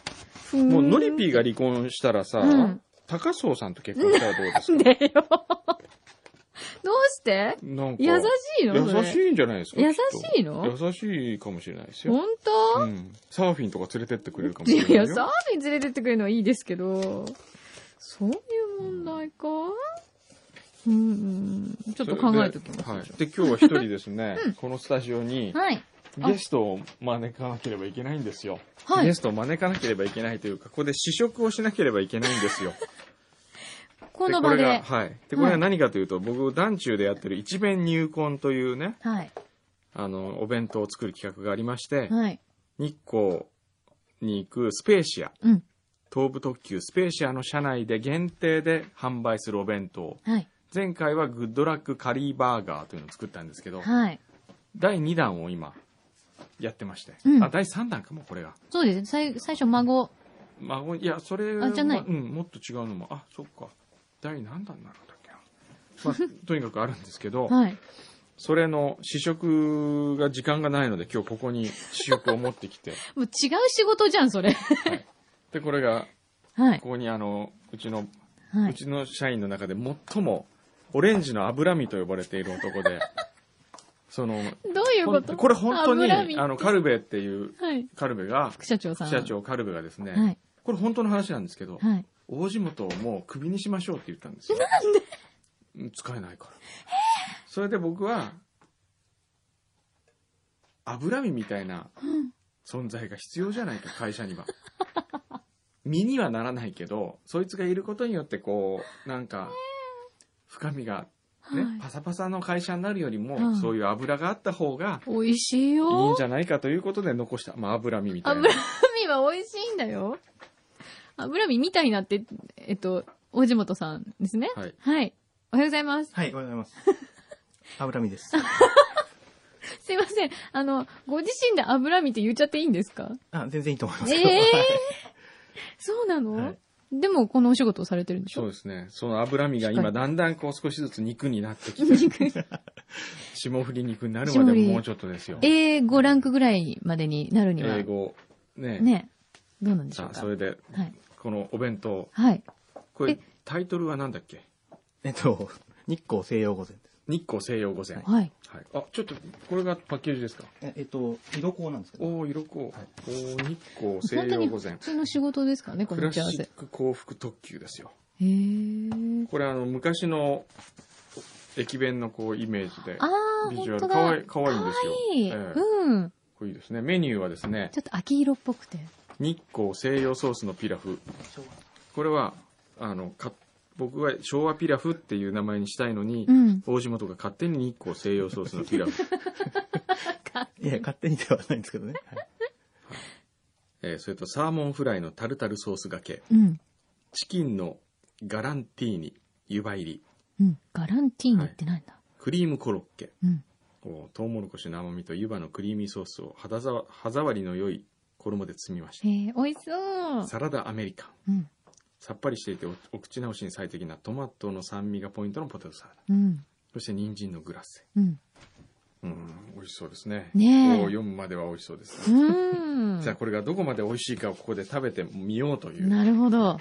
Speaker 3: ふーん
Speaker 2: もう、ノリピーが離婚したらさ
Speaker 3: うん、
Speaker 2: 高荘さんと結婚したらどうですか
Speaker 3: でよ。どうして
Speaker 2: なんか
Speaker 3: 優しいのそれ
Speaker 2: 優しいんじゃないですか
Speaker 3: 優
Speaker 2: きっと
Speaker 3: しいの
Speaker 2: 優しいかもしれないですよ。
Speaker 3: 本当
Speaker 2: うん。サーフィンとか連れてってくれるかもし
Speaker 3: い
Speaker 2: れ
Speaker 3: や
Speaker 2: ない
Speaker 3: い
Speaker 2: よ。
Speaker 3: や、サーフィン連れてってくれるのはいいですけど、そういう問題かうん、うん、ちょっと考えときます。
Speaker 2: はい。で、今日は一人ですね、このスタジオに、
Speaker 3: はい。
Speaker 2: ゲストを招かなければいけないんですよ。
Speaker 3: はい
Speaker 2: ゲストを招かなければいけないというか、ここで試食をしなければいけないんですよ。
Speaker 3: この場で。
Speaker 2: これが、はい。で、これは何かというと、僕、団中でやってる一弁入魂というね、
Speaker 3: はい。
Speaker 2: あの、お弁当を作る企画がありまして、
Speaker 3: はい。
Speaker 2: 日光に行くスペーシア、
Speaker 3: うん。
Speaker 2: 東武特急スペーシアの車内で限定で販売するお弁当。
Speaker 3: はい。
Speaker 2: 前回はグッドラックカリーバーガーというのを作ったんですけど、
Speaker 3: はい。
Speaker 2: 第2弾を今、やってまして。
Speaker 3: うん
Speaker 2: あ、第3弾かも、これが。
Speaker 3: そうですね。最、最初孫。
Speaker 2: 孫、いや、それは
Speaker 3: あじゃない
Speaker 2: うん、もっと違うのも、あ、そっか。第何弾になるんだっけな。ま あ、とにかくあるんですけど、
Speaker 3: はい。
Speaker 2: それの試食が時間がないので今日ここに試食を持っ てきて、
Speaker 3: もう違う仕事じゃん、それ。
Speaker 2: はいで、これが、
Speaker 3: はい。
Speaker 2: ここにあの、うちの、
Speaker 3: は
Speaker 2: う
Speaker 3: い。
Speaker 2: ちの社員の中で最もオレンジの脂身と呼ばれている 男で、その、
Speaker 3: どういう
Speaker 2: ほ
Speaker 3: こ
Speaker 2: ん
Speaker 3: と
Speaker 2: これ本当
Speaker 3: 油身
Speaker 2: に、あの、カルベっていう、
Speaker 3: はい。
Speaker 2: カルベが、
Speaker 3: 副社長さん。
Speaker 2: 社。長カルベがですね、
Speaker 3: はい
Speaker 2: これ本当の話なんですけど、
Speaker 3: はい。
Speaker 2: 大地元をもうクビにしましょうって言ったんですよ。なんで使えないから。それで僕は、脂身みたいな存在が必要じゃないか、会社には。身にはならないけど、そいつがいることによってこう、なんか、深みが、ね
Speaker 3: はい、
Speaker 2: パサパサの会社になるより
Speaker 3: は
Speaker 2: も、
Speaker 3: い
Speaker 2: そういう脂があった方が
Speaker 3: 美味しい
Speaker 2: いいん
Speaker 3: よ。
Speaker 2: じゃないかということで残した、まあ脂身みたいな
Speaker 3: 油。身は美味しいんだよ。油身みたいなって、えっと、大地元さんですね。
Speaker 2: はい。
Speaker 3: はい。おはようございます。
Speaker 6: はい、おはようござい ます。油身です。
Speaker 3: すいません。あの、ご自身で油身って言っちゃっていいんですか
Speaker 6: あ、全然いいと思います
Speaker 3: え
Speaker 6: け
Speaker 3: え
Speaker 6: ど。
Speaker 3: そうなの、
Speaker 6: はい
Speaker 3: でも、このお仕事をされてるんでし
Speaker 2: そう
Speaker 3: ょ
Speaker 2: ですね。その脂身が
Speaker 3: しっか
Speaker 2: 今
Speaker 3: り
Speaker 2: だんだんこう少しずつ肉になってきて、霜降り肉になるま
Speaker 3: 霜降
Speaker 2: で
Speaker 3: り
Speaker 2: もうちょっとですよ。
Speaker 3: 英語ランクぐらいまでになるには。
Speaker 2: 英語。ね
Speaker 3: ね。どうなんでしょう
Speaker 2: さ
Speaker 3: か
Speaker 2: あ、それで、
Speaker 3: はい。
Speaker 2: このお弁当、
Speaker 3: はい。
Speaker 2: これ
Speaker 3: え
Speaker 2: タイトルは何だっけ
Speaker 6: えっと、日光西洋御膳です。
Speaker 2: 日光西洋御膳。はい。
Speaker 3: はい。
Speaker 2: あ、ちょっと、これがパッケージですか
Speaker 6: ええっと、色香なんですけど。
Speaker 2: おー、色こ
Speaker 6: はい
Speaker 2: おー、日光西
Speaker 3: 本当
Speaker 2: 洋
Speaker 3: に
Speaker 2: 御
Speaker 3: 普
Speaker 2: 膳。
Speaker 3: 通の仕事ですからね、こ
Speaker 2: ク
Speaker 3: の
Speaker 2: ラ
Speaker 3: 打ち
Speaker 2: シ
Speaker 3: 合わせ。
Speaker 2: ッ
Speaker 3: へ
Speaker 2: ク幸福特急ですよ。
Speaker 3: え。
Speaker 2: これあの、昔の駅弁のこう、イメージで、
Speaker 3: あー、
Speaker 2: ビジュ
Speaker 3: 本
Speaker 2: ア
Speaker 3: 当
Speaker 2: ル
Speaker 3: だ。
Speaker 2: かわいかわいいんですよ。
Speaker 3: いい。
Speaker 2: ええ
Speaker 3: うん。
Speaker 2: これいいですね。メニューはですね、
Speaker 3: ちょっと秋色っぽくて。
Speaker 2: 日光西洋ソースのピラフこれはあのか僕は昭和ピラフっていう名前にしたいのに、
Speaker 3: うん。
Speaker 2: 大地元が勝手に日光西洋ソースのピラフ、
Speaker 6: いや、勝手にではないんですけどね。はい
Speaker 2: えーそれとサーモンフライのタルタルソースがけ
Speaker 3: うん。
Speaker 2: チキンのガランティーニ湯葉入り
Speaker 3: うん。ガランティーニってなんだ、
Speaker 2: クリームコロッケ
Speaker 3: うん。
Speaker 2: おトウモロコシの甘みと湯葉のクリーミーソースを肌ざわ歯触りの良い衣で包みました
Speaker 3: へえ、美味しそう。
Speaker 2: サラダアメリカ
Speaker 3: う
Speaker 2: ン
Speaker 3: ん。
Speaker 2: さっぱりしていておお口直しに最適なトマトの酸味がポイントのポテトサラダ
Speaker 3: うん。
Speaker 2: そして人参のグラッセ
Speaker 3: うん。
Speaker 2: うん、美味しそうですね。
Speaker 3: ねえ
Speaker 2: こう読むまでは美味しそうです
Speaker 3: う
Speaker 2: ね。
Speaker 3: ん。
Speaker 2: じゃあこれがどこまで美味しいかをここで食べてみようという。
Speaker 3: なるほど。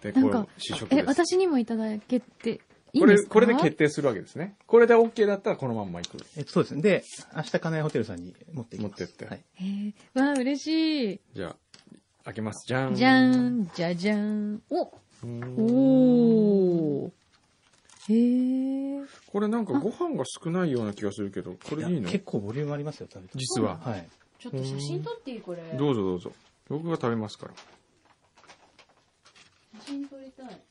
Speaker 2: で、こ
Speaker 3: なん
Speaker 2: れ
Speaker 3: か
Speaker 2: を試食
Speaker 3: え、
Speaker 2: です。
Speaker 3: 私にもいただけていい
Speaker 2: こ
Speaker 3: んで
Speaker 2: れ、
Speaker 3: すか
Speaker 2: これで決定するわけですね。これで OK だったらこのまんまいく。
Speaker 6: えっと、そうですね。で、明日、金谷ホテルさんに持っていきます。
Speaker 2: 持ってって
Speaker 6: はい。
Speaker 3: へえ、わあ、嬉しい。
Speaker 2: じゃあ、開けます。じゃん。
Speaker 3: じゃーん、じゃじゃーん。お
Speaker 2: お
Speaker 3: おー。へえ。
Speaker 2: これなんかご飯が少ないような気がするけど、これでいい
Speaker 6: いや
Speaker 2: の
Speaker 6: 結構ボリュームありますよ、食べて
Speaker 2: 実は
Speaker 6: はい。
Speaker 3: ちょっ
Speaker 2: と写真撮
Speaker 3: っていいこれ
Speaker 2: どうぞどうぞ。僕が食べますから。
Speaker 3: 写真撮りたい。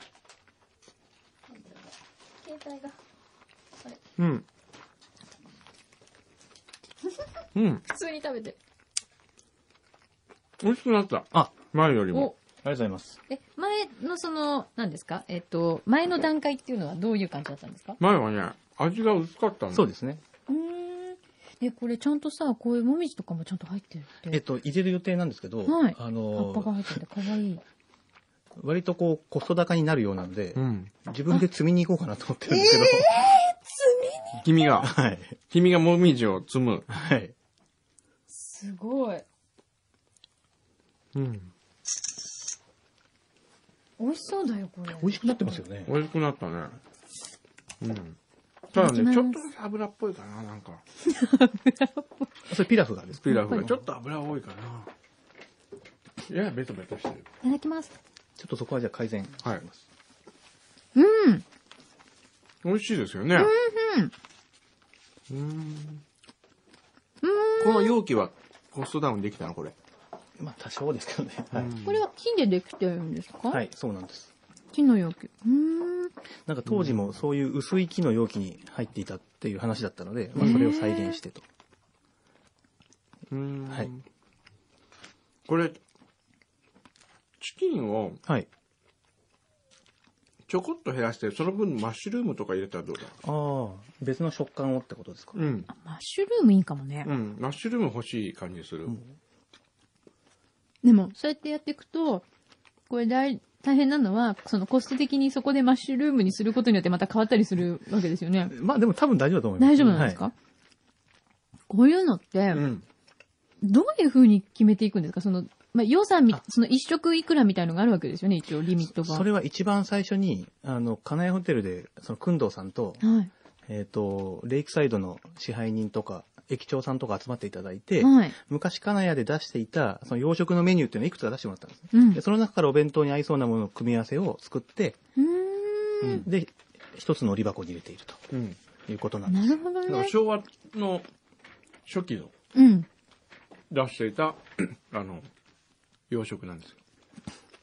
Speaker 2: うん。うん。
Speaker 3: 普通に食べて。
Speaker 2: 美味しくなった。
Speaker 6: あ、
Speaker 2: 前より
Speaker 3: お。、
Speaker 2: も
Speaker 6: ありがとうございます。
Speaker 3: え、前のその、何ですかえっと、前の段階っていうのはどういう感じだったんですか
Speaker 2: 前はね、味が薄かったの。
Speaker 6: そうですね。
Speaker 3: うーん。え、これちゃんとさ、こういうもみじとかもちゃんと入ってるって。
Speaker 6: えっと、入れる予定なんですけど、
Speaker 3: はい
Speaker 6: あ
Speaker 3: 葉っぱが
Speaker 6: の、
Speaker 3: 入っててかわいい。
Speaker 6: 割とこう、コスト高になるようなんで
Speaker 2: う、ん。
Speaker 6: 自分で積みに行こうかなと思ってるんですけど、
Speaker 2: 君が。
Speaker 6: はい。
Speaker 2: 君がもみじを摘む。
Speaker 6: はい。
Speaker 3: すごい。
Speaker 2: うん。
Speaker 3: 美味しそうだよ、これ。
Speaker 6: 美味しくなってますよね。
Speaker 2: 美味しくなったね。うん。た
Speaker 3: いた
Speaker 2: だ
Speaker 3: だきます
Speaker 2: ね、ちょっとだけ油っぽいかな、なんか。
Speaker 6: それピラフがですか
Speaker 2: ピラフ
Speaker 3: やっぱ
Speaker 2: が。
Speaker 3: り
Speaker 2: ちょっと油多いかな。いやや、ベトベトしてる。
Speaker 3: いただきます。
Speaker 6: ちょっとそこはじゃあ改善。
Speaker 2: は
Speaker 3: う
Speaker 2: い。
Speaker 3: ん。
Speaker 2: 美味しいですよね。うん。この容器はコストダウンできたのこれ。
Speaker 6: まあ、多少ですけどね。はい。
Speaker 3: これは金でできてるんですか
Speaker 6: はい、そうなんです。
Speaker 3: 金の容器。うーん。
Speaker 6: なんか当時もそういう薄い木の容器に入っていたっていう話だったので、まあ、それを再現してと。
Speaker 2: うん
Speaker 6: はい。
Speaker 2: これ、チキンを
Speaker 6: はい。
Speaker 2: ちょこっと減らして、その分マッシュルームとか入れたらどうだ
Speaker 6: ああ、別の食感をってことですか、
Speaker 2: うん。
Speaker 3: マッシュルームいいかもね。
Speaker 2: うん。マッシュルーム欲しい感じする。
Speaker 3: でも、そうやってやっていくと、これ大、大変なのは、そのコスト的にそこでマッシュルームにすることによってまた変わったりするわけですよね。
Speaker 6: まあでも多分大丈夫だと思います。
Speaker 3: 大丈夫なんですか、
Speaker 6: はい
Speaker 3: こういうのって
Speaker 2: う、ん。
Speaker 3: どういう風に決めていくんですかその、まあ、予算み、その一食いくらみたいのがあるわけですよね、一応リミットが。
Speaker 6: それは一番最初に、あの、金谷ホテルで、その、くんどうさんと、
Speaker 3: はい。
Speaker 6: えっ、と、レイクサイドの支配人とか、駅長さんとか集まっていただいて、
Speaker 3: はい。
Speaker 6: 昔金谷で出していた、その洋食のメニューっていうのをいくつか出してもらったんですね。
Speaker 3: うん。
Speaker 6: で
Speaker 3: う
Speaker 6: その中からお弁当に合いそうなものの組み合わせを作って、
Speaker 3: ー
Speaker 6: で、一つの折り箱に入れていると
Speaker 2: うん。
Speaker 6: いうことなん
Speaker 3: ん。
Speaker 6: で
Speaker 3: なるほど
Speaker 2: だから
Speaker 3: ね。
Speaker 2: 昭和の初期の
Speaker 3: うん。
Speaker 2: 出していた、あの、洋食なんですよ。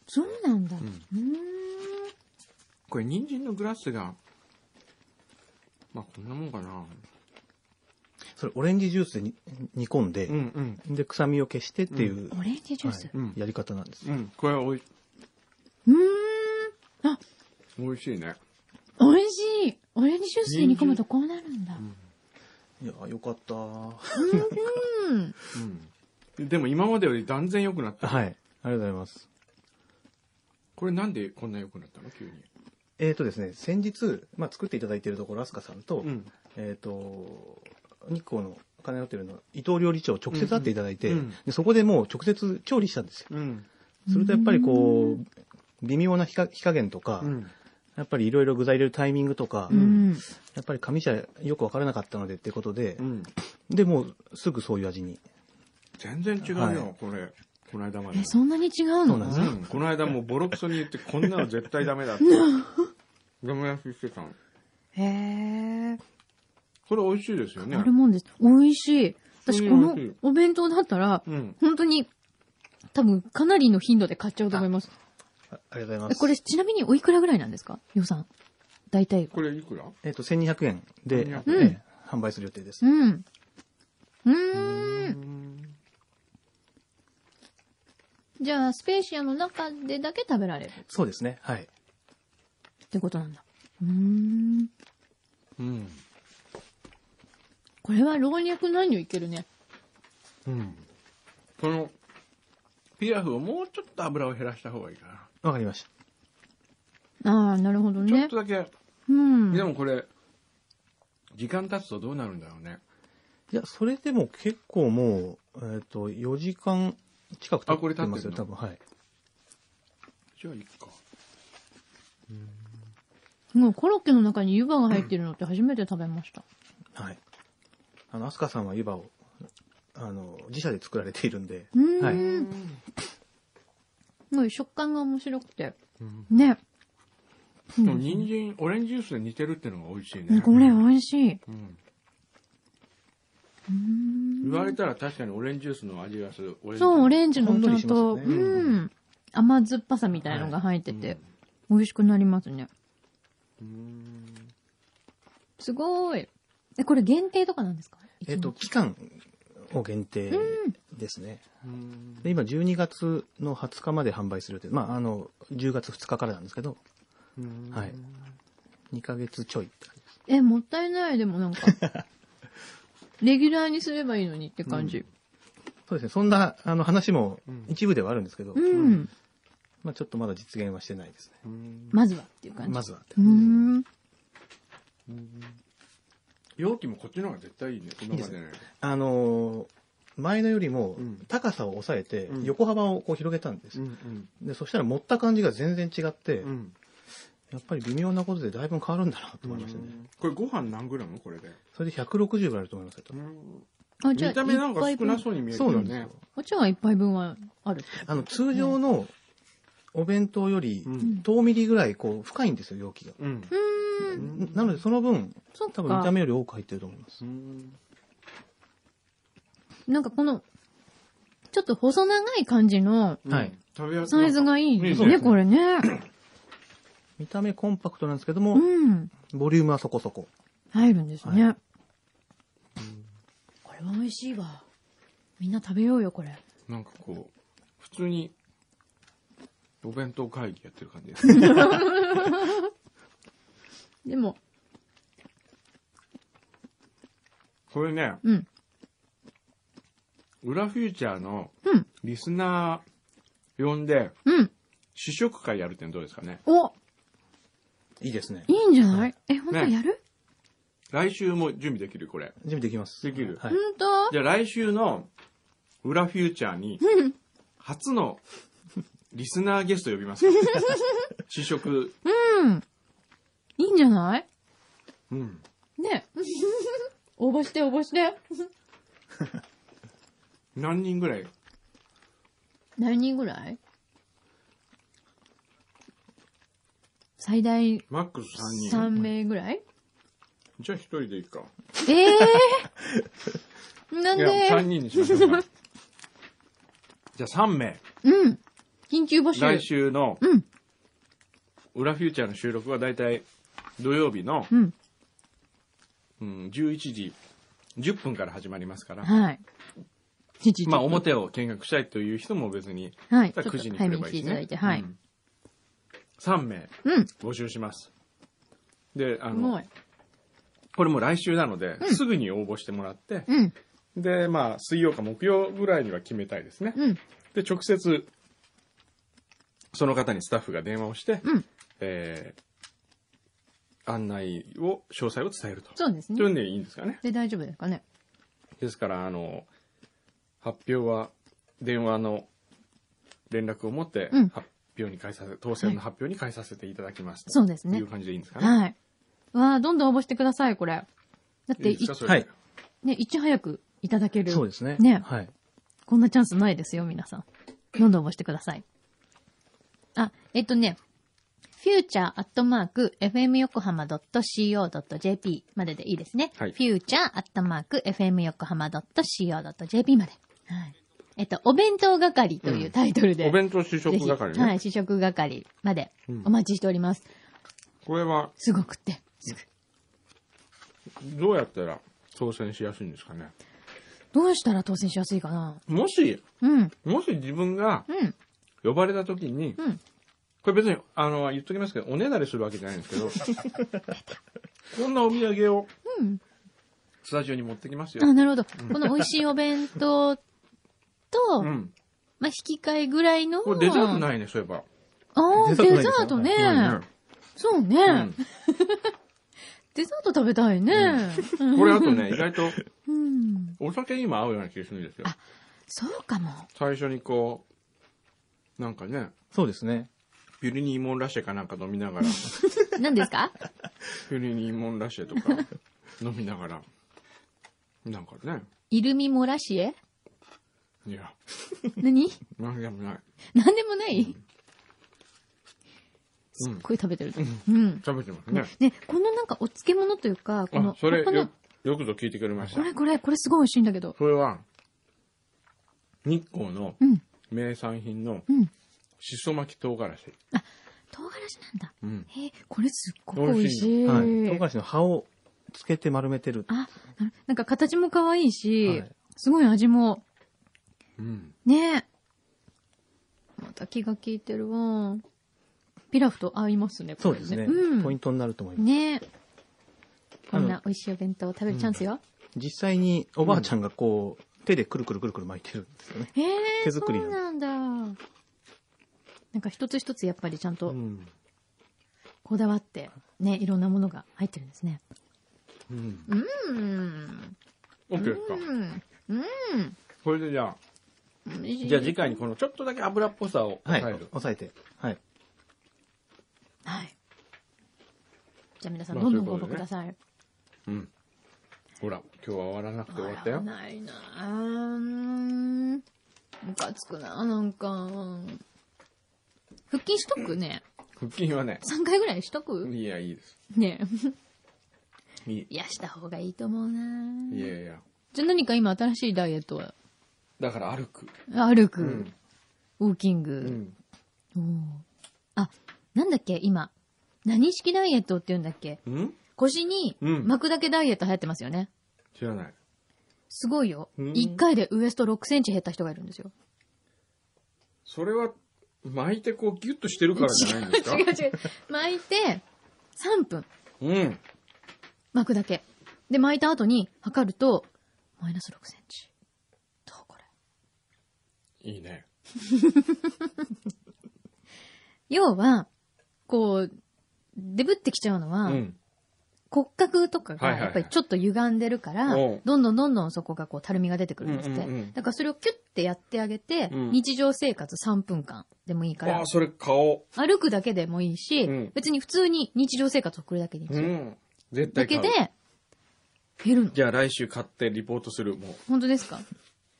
Speaker 3: そうなんだ。うーん。
Speaker 2: これ、人参のグラスが、まあ、こんなもんかな。
Speaker 6: す。それオレンジジュースでに煮込んで、
Speaker 2: ん
Speaker 6: で、臭みを消してっていう、
Speaker 3: オレンジジュース。
Speaker 6: はい
Speaker 2: うん
Speaker 6: やり方なんです。
Speaker 2: うん。うん。これおい、
Speaker 3: うーん。
Speaker 2: 美味しいね。
Speaker 3: 美味しい。オレンジジュースで煮込むとこうなるんだ。
Speaker 6: いやー、よか ったー。
Speaker 3: うん。
Speaker 2: うん。でも今までより断然良くなった。
Speaker 6: はい。ありがとうございます。
Speaker 2: これなんでこんな良くなったの急に。
Speaker 6: えっ、とですね、先日、まあ、作っていただいているところ、アスカさんと、
Speaker 2: ん。
Speaker 6: えっ、と、日光の金井ホテルの伊藤料理長直接会っていただいて、
Speaker 2: うんうん
Speaker 6: でそこでもう直接調理したんですよ。
Speaker 2: うん。
Speaker 6: するとやっぱりこう、微妙な火加火加減とか、
Speaker 2: うん。
Speaker 6: やっぱりいろいろ具材入れるタイミングとか、
Speaker 3: うん。
Speaker 6: やっぱり紙じゃよくわからなかったのでってことで、
Speaker 2: うん。
Speaker 6: で、もうすぐそういう味に。
Speaker 2: 全然違うよ、
Speaker 6: はい
Speaker 2: これ。この間まで
Speaker 3: え、。そんなに違うの
Speaker 6: そうなんです
Speaker 2: うん。この間もうボロクソに言って、こんなの絶対ダ メだって。ダメ出ししてたの。
Speaker 3: へえ。
Speaker 2: これ美味しいですよね
Speaker 3: あ。るもんです。美味しい。私、この
Speaker 2: うん美味しい
Speaker 3: お弁当だったら、
Speaker 2: うん。
Speaker 3: 本当に、多分、かなりの頻度で買っちゃうと思います。
Speaker 6: あありがとうございま
Speaker 3: え
Speaker 6: す。
Speaker 3: これ、ちなみにおいくらぐらいなんですか予算。大体。
Speaker 2: これいくら
Speaker 6: えっ、と、1200円で、
Speaker 2: 1200
Speaker 6: えー販売する予定です。
Speaker 3: うん。うーん。じゃあ、スペーシアの中でだけ食べられる
Speaker 6: そうですね。はい。
Speaker 3: ってことなんだ。うーん。
Speaker 2: うん。
Speaker 3: これは老若男女いけるね。
Speaker 2: うん。この、ピラフをもうちょっと油を減らした方がいいかな。
Speaker 6: わかりました。
Speaker 3: ああ、なるほど
Speaker 2: ちょっ
Speaker 3: ね
Speaker 2: と。だけ、
Speaker 3: うん。
Speaker 2: でもこれ、時間経つとどうなるんだろうね。
Speaker 6: いや、それでも結構もう、えっ、と、4時間近く
Speaker 2: あこ
Speaker 6: 経
Speaker 2: れ
Speaker 6: って
Speaker 2: 経ってんの
Speaker 6: ますよ、多分。はい。
Speaker 2: じゃあいいか。
Speaker 3: もうコロッケの中に湯葉が入ってるのって初めて食べました。
Speaker 6: はい。あの、アスカさんは湯葉を、あの、自社で作られているんで、
Speaker 3: うーん。
Speaker 6: はい
Speaker 3: もう食感が面白くて。ね。
Speaker 2: でも人参、オレンジジュースで煮てるっていうのが美味しい
Speaker 3: ね
Speaker 2: ね。
Speaker 3: これ美味しい。
Speaker 2: うん言われたら確かにオレンジジュースの味がする。オレンジ
Speaker 3: そう、オレンジ
Speaker 6: ほ
Speaker 3: の
Speaker 6: ん
Speaker 3: ち
Speaker 6: の
Speaker 3: ゃ
Speaker 6: り
Speaker 3: ん
Speaker 6: します
Speaker 3: と、
Speaker 6: よね
Speaker 3: うん。甘酸っぱさみたいのが入ってて、美味しくなりますね。すごい。え、これ限定とかなんですか
Speaker 6: えっ、と、期間を限定ですね。
Speaker 2: うん
Speaker 6: で今、12月の20日まで販売するという、まあ、あの、10月2日からなんですけど、
Speaker 2: うん
Speaker 6: はい。2ヶ月ちょいって感じです。
Speaker 3: え、もったいない、でもなんか。レギュラーにすればいいのにって感じ。
Speaker 6: そうですね。そんな、あの、話も
Speaker 2: うん
Speaker 6: 一部ではあるんですけど、
Speaker 3: うん。
Speaker 6: まあ、ちょっとまだ実現はしてないです
Speaker 2: うん
Speaker 3: まずはっていう
Speaker 6: ね。
Speaker 3: 感じ。
Speaker 6: まずは。
Speaker 3: うーん。
Speaker 2: 容器もこっちの方が絶対いいね。今までね。
Speaker 6: あのー前のよりも
Speaker 2: うん
Speaker 6: 高さを抑えて
Speaker 2: うん
Speaker 6: 横幅をこう広げたんです、
Speaker 2: ん
Speaker 6: でそしたら持った感じが全然違って、
Speaker 2: ん。
Speaker 6: やっぱり微妙なことでだいぶ変わるんだなと思いましたね、
Speaker 2: これご飯何グラムこれで。
Speaker 6: それで160ぐらいあると思いますよ、
Speaker 3: あ、じゃあ、
Speaker 2: 見た目なんか
Speaker 3: 一杯
Speaker 2: 少
Speaker 3: 分
Speaker 2: なそうに見えるけ
Speaker 6: そうな
Speaker 2: ど
Speaker 6: んです
Speaker 2: ね
Speaker 6: よ。
Speaker 3: お茶は一杯分はあるってこと
Speaker 6: あの通常のお弁当より
Speaker 2: うん
Speaker 6: 10ミリぐらいこう深いんですよ容器が、
Speaker 2: うん。
Speaker 6: なのでその分
Speaker 3: そっか
Speaker 6: 多分見た目より多く入ってると思います
Speaker 2: うん
Speaker 3: なんかこの、ちょっと細長い感じの
Speaker 2: うん
Speaker 6: はい。
Speaker 2: 食べやす
Speaker 3: サイズがいいですね、これね。
Speaker 6: 見た目コンパクトなんですけども、
Speaker 3: うん。
Speaker 6: ボリュームはそこそこ。
Speaker 3: 入るんですね。
Speaker 6: は
Speaker 3: これは美味しいわ。みんな食べようよ、これ。
Speaker 2: なんかこう、普通に、お弁当会議やってる感じですね。
Speaker 3: でも、
Speaker 2: これね、
Speaker 3: うん。
Speaker 2: 裏フューチャーの
Speaker 3: うん。
Speaker 2: リスナー呼んで、
Speaker 3: うん。
Speaker 2: 試食会やるってのどうですかね。
Speaker 3: お
Speaker 6: いいですね
Speaker 3: い。いんじゃないえ、ほんと
Speaker 2: ね
Speaker 3: やる、
Speaker 2: 来週も準備できるこれ。
Speaker 6: 準備できます。
Speaker 2: できる
Speaker 6: はい。
Speaker 3: ほん と
Speaker 2: じゃあ来週の裏フューチャーに
Speaker 3: うん。
Speaker 2: 初のリスナーゲスト呼びます から試食。
Speaker 3: うん。いいんじゃない
Speaker 2: うん。
Speaker 3: ね 応募して応募して。
Speaker 2: 何人ぐらい
Speaker 3: 何人ぐらい最大
Speaker 2: マックス3人。
Speaker 3: 3名ぐらい
Speaker 2: じゃあ1人でいいか。
Speaker 3: ええー、なん
Speaker 2: いや、3
Speaker 3: で
Speaker 2: 人にしましょう か。じゃあ3名。
Speaker 3: うん。緊急募集。
Speaker 2: 来週の
Speaker 3: うん。
Speaker 2: 裏フューチャーの収録はだいたい土曜日の、
Speaker 3: うん。
Speaker 2: うん、11時10分から始まりますから。
Speaker 3: はい。ちちち
Speaker 2: まあ、表を見学したいという人も別に、
Speaker 3: はい。ちょっと
Speaker 2: 9時に来
Speaker 3: 早
Speaker 2: れ
Speaker 3: め
Speaker 2: ば
Speaker 3: に
Speaker 2: い
Speaker 3: 来てい
Speaker 2: いです
Speaker 3: ただ
Speaker 2: ね。
Speaker 3: いて、はい。
Speaker 2: 3名
Speaker 3: うん。
Speaker 2: 募集します。で、あ
Speaker 3: すご
Speaker 2: の
Speaker 3: い、。
Speaker 2: これも来週なので、すぐに応募してもらって、
Speaker 3: うん。
Speaker 2: で、まあ、水曜か木曜ぐらいには決めたいですね。
Speaker 3: うん。
Speaker 2: で、直接、その方にスタッフが電話をして、
Speaker 3: うん。
Speaker 2: えー、案内を、詳細を伝えると。
Speaker 3: そうです
Speaker 2: というん
Speaker 3: ね。
Speaker 2: でいいんですかね。
Speaker 3: で、大丈夫ですかね。
Speaker 2: ですから、あの、発表は、電話の連絡を持って、
Speaker 3: うん
Speaker 2: 発表に変えさせ、当選の発表に変えさせていただきます。
Speaker 3: そうですね
Speaker 2: という感じでいいんですかね。
Speaker 3: はい。わあ、どんどん応募してください、これ。だって、
Speaker 2: いい
Speaker 3: い
Speaker 2: ですかそれ
Speaker 6: はい
Speaker 3: ね、いち早くいただける。
Speaker 6: そうですね。
Speaker 3: ね
Speaker 6: はい。
Speaker 3: こんなチャンスないですよ、皆さん。どんどん応募してください。あ、えっとね、future.fmyokohama.co.jp まででいいですね。
Speaker 2: はい
Speaker 3: future.fmyokohama.co.jp まで。はい。えっと、お弁当係というタイトルで。
Speaker 2: お弁当試食係
Speaker 3: ぜ
Speaker 2: ね。
Speaker 3: ひはい、試食係まで
Speaker 2: うん
Speaker 3: お待ちしております。
Speaker 2: これは、
Speaker 3: すごくって。すぐ
Speaker 2: どうやったら当選しやすいんですかね。
Speaker 3: どうしたら当選しやすいかな
Speaker 2: もし、
Speaker 3: うん、
Speaker 2: もし自分が
Speaker 3: うん、
Speaker 2: 呼ばれた時に、
Speaker 3: うん。
Speaker 2: これ別に、あの、言っときますけど、おねだりするわけじゃないんです けど、こんなお土産を
Speaker 3: うん、
Speaker 2: スタジオに持ってきます
Speaker 3: あ、
Speaker 2: よ。
Speaker 3: なるほど。 この美味しいお弁当と、
Speaker 2: うん。
Speaker 3: まあ、引き換えぐらいの。
Speaker 2: これデザート
Speaker 3: い。
Speaker 2: ないね、そういえば。
Speaker 3: ああ、
Speaker 6: デザートな
Speaker 3: デ
Speaker 6: いです
Speaker 3: ザ
Speaker 6: よ
Speaker 3: ートね。
Speaker 2: ないね
Speaker 3: そうね、
Speaker 2: うん
Speaker 3: デザート食べたいね。
Speaker 2: これあとね、意外と
Speaker 3: うん。
Speaker 2: お酒にも合うような気がするんですよ。
Speaker 3: そうかも。
Speaker 2: 最初にこう、なんかね、
Speaker 6: そうですね。
Speaker 2: ピュリニーモンラッシェかなんか飲み ながら、
Speaker 3: 何ですか
Speaker 2: ピュリニーモンラッシェとか飲みながら、なんかね、
Speaker 3: イルミモラシエ
Speaker 2: いや、
Speaker 3: 何
Speaker 2: なんでもない。
Speaker 3: 何でもない、
Speaker 2: うん
Speaker 3: すっごい食べてる。うん。
Speaker 2: 食べてますね。
Speaker 3: ね、このなんかお漬物というか、こ
Speaker 2: あ
Speaker 3: の、、
Speaker 2: それ
Speaker 3: 葉っぱの
Speaker 2: よ、よくぞ聞いてくれまし
Speaker 3: こ
Speaker 2: た。
Speaker 3: れこれ、これすごい美味しいんだけど。
Speaker 2: それは、日光の
Speaker 3: うん、
Speaker 2: 名産品の
Speaker 3: うん。
Speaker 2: しそ巻き唐辛子。
Speaker 3: 唐辛子なんだ。
Speaker 2: うん。
Speaker 3: へえ、これすっごく美味しい。
Speaker 6: はい。唐辛子の葉をつけて丸めてる。
Speaker 3: あ、ななんか形も可愛いし、
Speaker 6: はい
Speaker 3: すごい味も。
Speaker 2: うん。
Speaker 3: ねえ。また気が利いてるわ。ピラフと合いますね、
Speaker 6: そ
Speaker 3: こ
Speaker 6: う
Speaker 3: れ
Speaker 6: ですね。
Speaker 3: うん、
Speaker 6: ポイントになると思います。
Speaker 3: ねえ。こん
Speaker 6: あ
Speaker 3: な
Speaker 6: の
Speaker 3: 美味しいお弁当を食べるチャンスよ。
Speaker 6: 実際におばあちゃんがこう、手でくるくるくるくる巻いてるんですよね。
Speaker 3: へえ、
Speaker 6: 手作りな
Speaker 3: そ
Speaker 6: の
Speaker 3: うなんだ。なんか一つ一つやっぱりちゃん
Speaker 2: う
Speaker 3: と
Speaker 2: ん。
Speaker 3: こだわって、ね、いろんなものが入ってるんですね。
Speaker 2: うん。
Speaker 3: うん。
Speaker 2: OK です
Speaker 3: う
Speaker 2: か。
Speaker 3: ん。
Speaker 2: これでじゃあ、
Speaker 3: 美味しい
Speaker 2: じゃあ次回にこのちょっとだけ油っぽさを
Speaker 6: はい。
Speaker 2: 抑える。
Speaker 6: 押さえて。はい。
Speaker 3: はい。じゃあ皆さん
Speaker 2: まあ
Speaker 3: どんどんご
Speaker 2: そういう
Speaker 3: 応募
Speaker 2: ことでね
Speaker 3: ください。
Speaker 2: うん。ほら、今日は終わらなくて終わった
Speaker 3: あ
Speaker 2: よ
Speaker 3: ら。ないなぁ。むかつくなぁ、なんか。腹筋しとくね。
Speaker 2: 腹筋はね、
Speaker 3: 3回ぐらいしとく
Speaker 2: いや、いいです。
Speaker 3: ね
Speaker 2: いい。
Speaker 3: いや、した方がいいと思うなぁ。
Speaker 2: いやいや。
Speaker 3: じゃあ何か今新しいダイエットは
Speaker 2: だから歩く。
Speaker 3: 歩く、
Speaker 2: うん
Speaker 3: ウォーキン
Speaker 2: う
Speaker 3: グ、
Speaker 2: ん。
Speaker 3: おーあ、なんだっけ今。何式ダイエットって言うんだっけ
Speaker 2: うん
Speaker 3: 腰に
Speaker 2: うん
Speaker 3: 巻くだけダイエット流行ってますよね。
Speaker 2: 知らない。
Speaker 3: すごいよ。
Speaker 2: うん
Speaker 3: 一回でウエスト6センチ減った人がいるんですよ。
Speaker 2: それは、巻いてこうギュッとしてるからじゃないんですか
Speaker 3: 違う違う。巻いて、3分
Speaker 2: うん。
Speaker 3: 巻くだけ。で、巻いた後に測ると、マイナス6センチ。どうこれ。
Speaker 2: いいね。
Speaker 3: 要は、こう、デブってきちゃうの
Speaker 2: う
Speaker 3: は、
Speaker 2: ん。
Speaker 3: 骨格とか
Speaker 2: は
Speaker 3: が
Speaker 2: いはいはい
Speaker 3: やっぱりちょっと歪んでるから、
Speaker 2: うん
Speaker 3: どんどんどんどんそこがこうたるみが出てくるんですって、
Speaker 2: うんうんうん
Speaker 3: だからそれをキュッてやってあげて、
Speaker 2: うん
Speaker 3: 日常生活3分間でもいいか
Speaker 2: あ
Speaker 3: ら
Speaker 2: あ、それ顔。
Speaker 3: 歩くだけでもいいし、
Speaker 2: うん
Speaker 3: 別に普通に日常生活を送るだけでいいんで
Speaker 2: う
Speaker 3: すよ、
Speaker 2: ん。絶
Speaker 3: だ
Speaker 2: 対
Speaker 3: け
Speaker 2: 買う。
Speaker 3: で減るの
Speaker 2: じゃあ来週買ってリポートする、もう。
Speaker 3: 本当ですか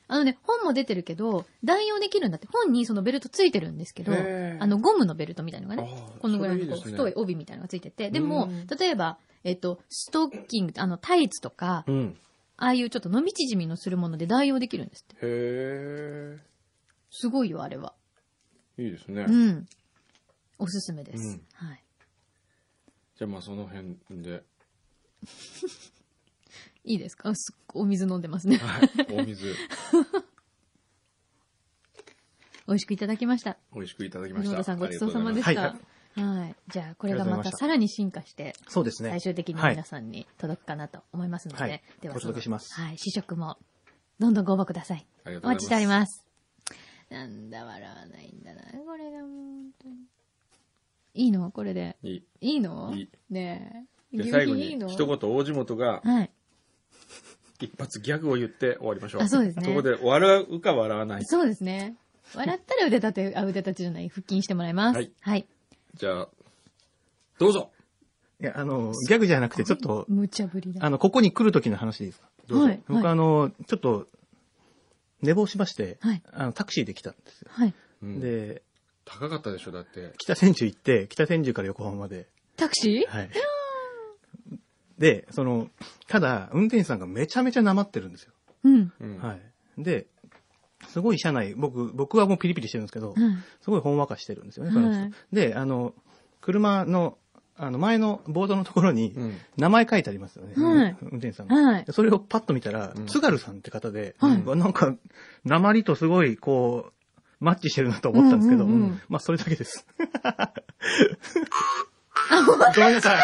Speaker 3: あのね、本も出てるけど、代用できるんだって、本にそのベルトついてるんですけど、
Speaker 2: へー
Speaker 3: あの、ゴムのベルトみたいのがね、
Speaker 2: ああ
Speaker 3: このぐらい
Speaker 2: それ
Speaker 3: のこ
Speaker 2: いいうですね
Speaker 3: 太い帯みたいのがついてて、でも
Speaker 2: うん、
Speaker 3: 例えば、えっと、ストッキング、あの、タイツとか、
Speaker 2: うん。
Speaker 3: ああいうちょっと伸び縮みのするもので代用できるんですって。
Speaker 2: へ
Speaker 3: すごいよ、あれは。
Speaker 2: え。いいですね。
Speaker 3: う
Speaker 2: じ
Speaker 3: ん。おすすめです。
Speaker 2: うん
Speaker 3: はい。
Speaker 2: ゃあまあその辺 で、
Speaker 3: いいですかすお水飲んで ますね。
Speaker 2: はい。お水、
Speaker 3: 美味しくいただきました。
Speaker 2: 美味しくいただきま
Speaker 3: 藤本
Speaker 2: した。
Speaker 3: さんごちそうさまで
Speaker 2: し
Speaker 3: した。
Speaker 6: ありがと
Speaker 3: はい、じゃあ、これが
Speaker 6: ありがとう
Speaker 3: ま
Speaker 6: ござ
Speaker 3: た
Speaker 6: いました
Speaker 3: さらに進化して、
Speaker 6: そうですね
Speaker 3: 最。終的に
Speaker 6: はい
Speaker 3: 皆さんに届くかなと思いますので、
Speaker 6: はい
Speaker 3: では
Speaker 6: お届けします
Speaker 3: そのはい、試食も、どんどんご応募ください。
Speaker 2: ありがと
Speaker 3: お
Speaker 2: うございます。
Speaker 3: 待ちしております。なんだ、笑わないんだな、これがもう本当に。いいのこれで。
Speaker 2: いい。
Speaker 3: いいの
Speaker 2: いい
Speaker 3: ねえ。
Speaker 2: で、最後
Speaker 3: 牛皮いい
Speaker 2: に、
Speaker 3: の
Speaker 2: 一言、大地元が
Speaker 3: はい。
Speaker 2: 一発ギャグを言って終わりましょう。
Speaker 3: あそうですね
Speaker 2: そこで、笑うか笑わないか。
Speaker 3: そうですね。笑ったら腕立て、あ、腕立てじゃない、腹筋してもらいます。
Speaker 2: はい。
Speaker 3: はい。
Speaker 2: じゃあ、どうぞ
Speaker 6: いや、あの、ギャグじゃなくて、ちょっと、
Speaker 3: 無茶ぶりだ。
Speaker 6: あの、ここに来る時の話でいいですか
Speaker 2: どうぞ
Speaker 3: はい。
Speaker 6: 僕、
Speaker 3: は
Speaker 6: あ
Speaker 3: い。
Speaker 6: の、ちょっと、寝坊しまして、
Speaker 3: はい
Speaker 6: あの、タクシーで来たんですよ。
Speaker 3: はい。
Speaker 2: うん
Speaker 6: で、
Speaker 2: 高かったでしょ、だって。
Speaker 6: 北千住行って、北千住から横浜まで。
Speaker 3: タクシー
Speaker 6: はい。で、その、ただ、運転手さんがめちゃめちゃなまってるんですよ。
Speaker 3: うん。
Speaker 2: うん。
Speaker 6: はい。で、すごい車内、僕、僕はもうピリピリしてるんですけど、
Speaker 3: うん
Speaker 6: すごいほんわかしてるんですよね、
Speaker 3: はい
Speaker 6: その人。で、あの、車の、あの、前のボードのところに
Speaker 2: う、ん。
Speaker 6: 名前書いてありますよね。
Speaker 3: はい
Speaker 6: 運転手さんが。
Speaker 3: はい。
Speaker 6: それをパッと見たら
Speaker 2: うん、
Speaker 6: 津軽さんって方で、
Speaker 3: はい
Speaker 6: なんか、鉛とすごい、こう、マッチしてるなと思ったんですけど、
Speaker 3: うんうんうん
Speaker 6: まあ、それだけです。ごめんなさい。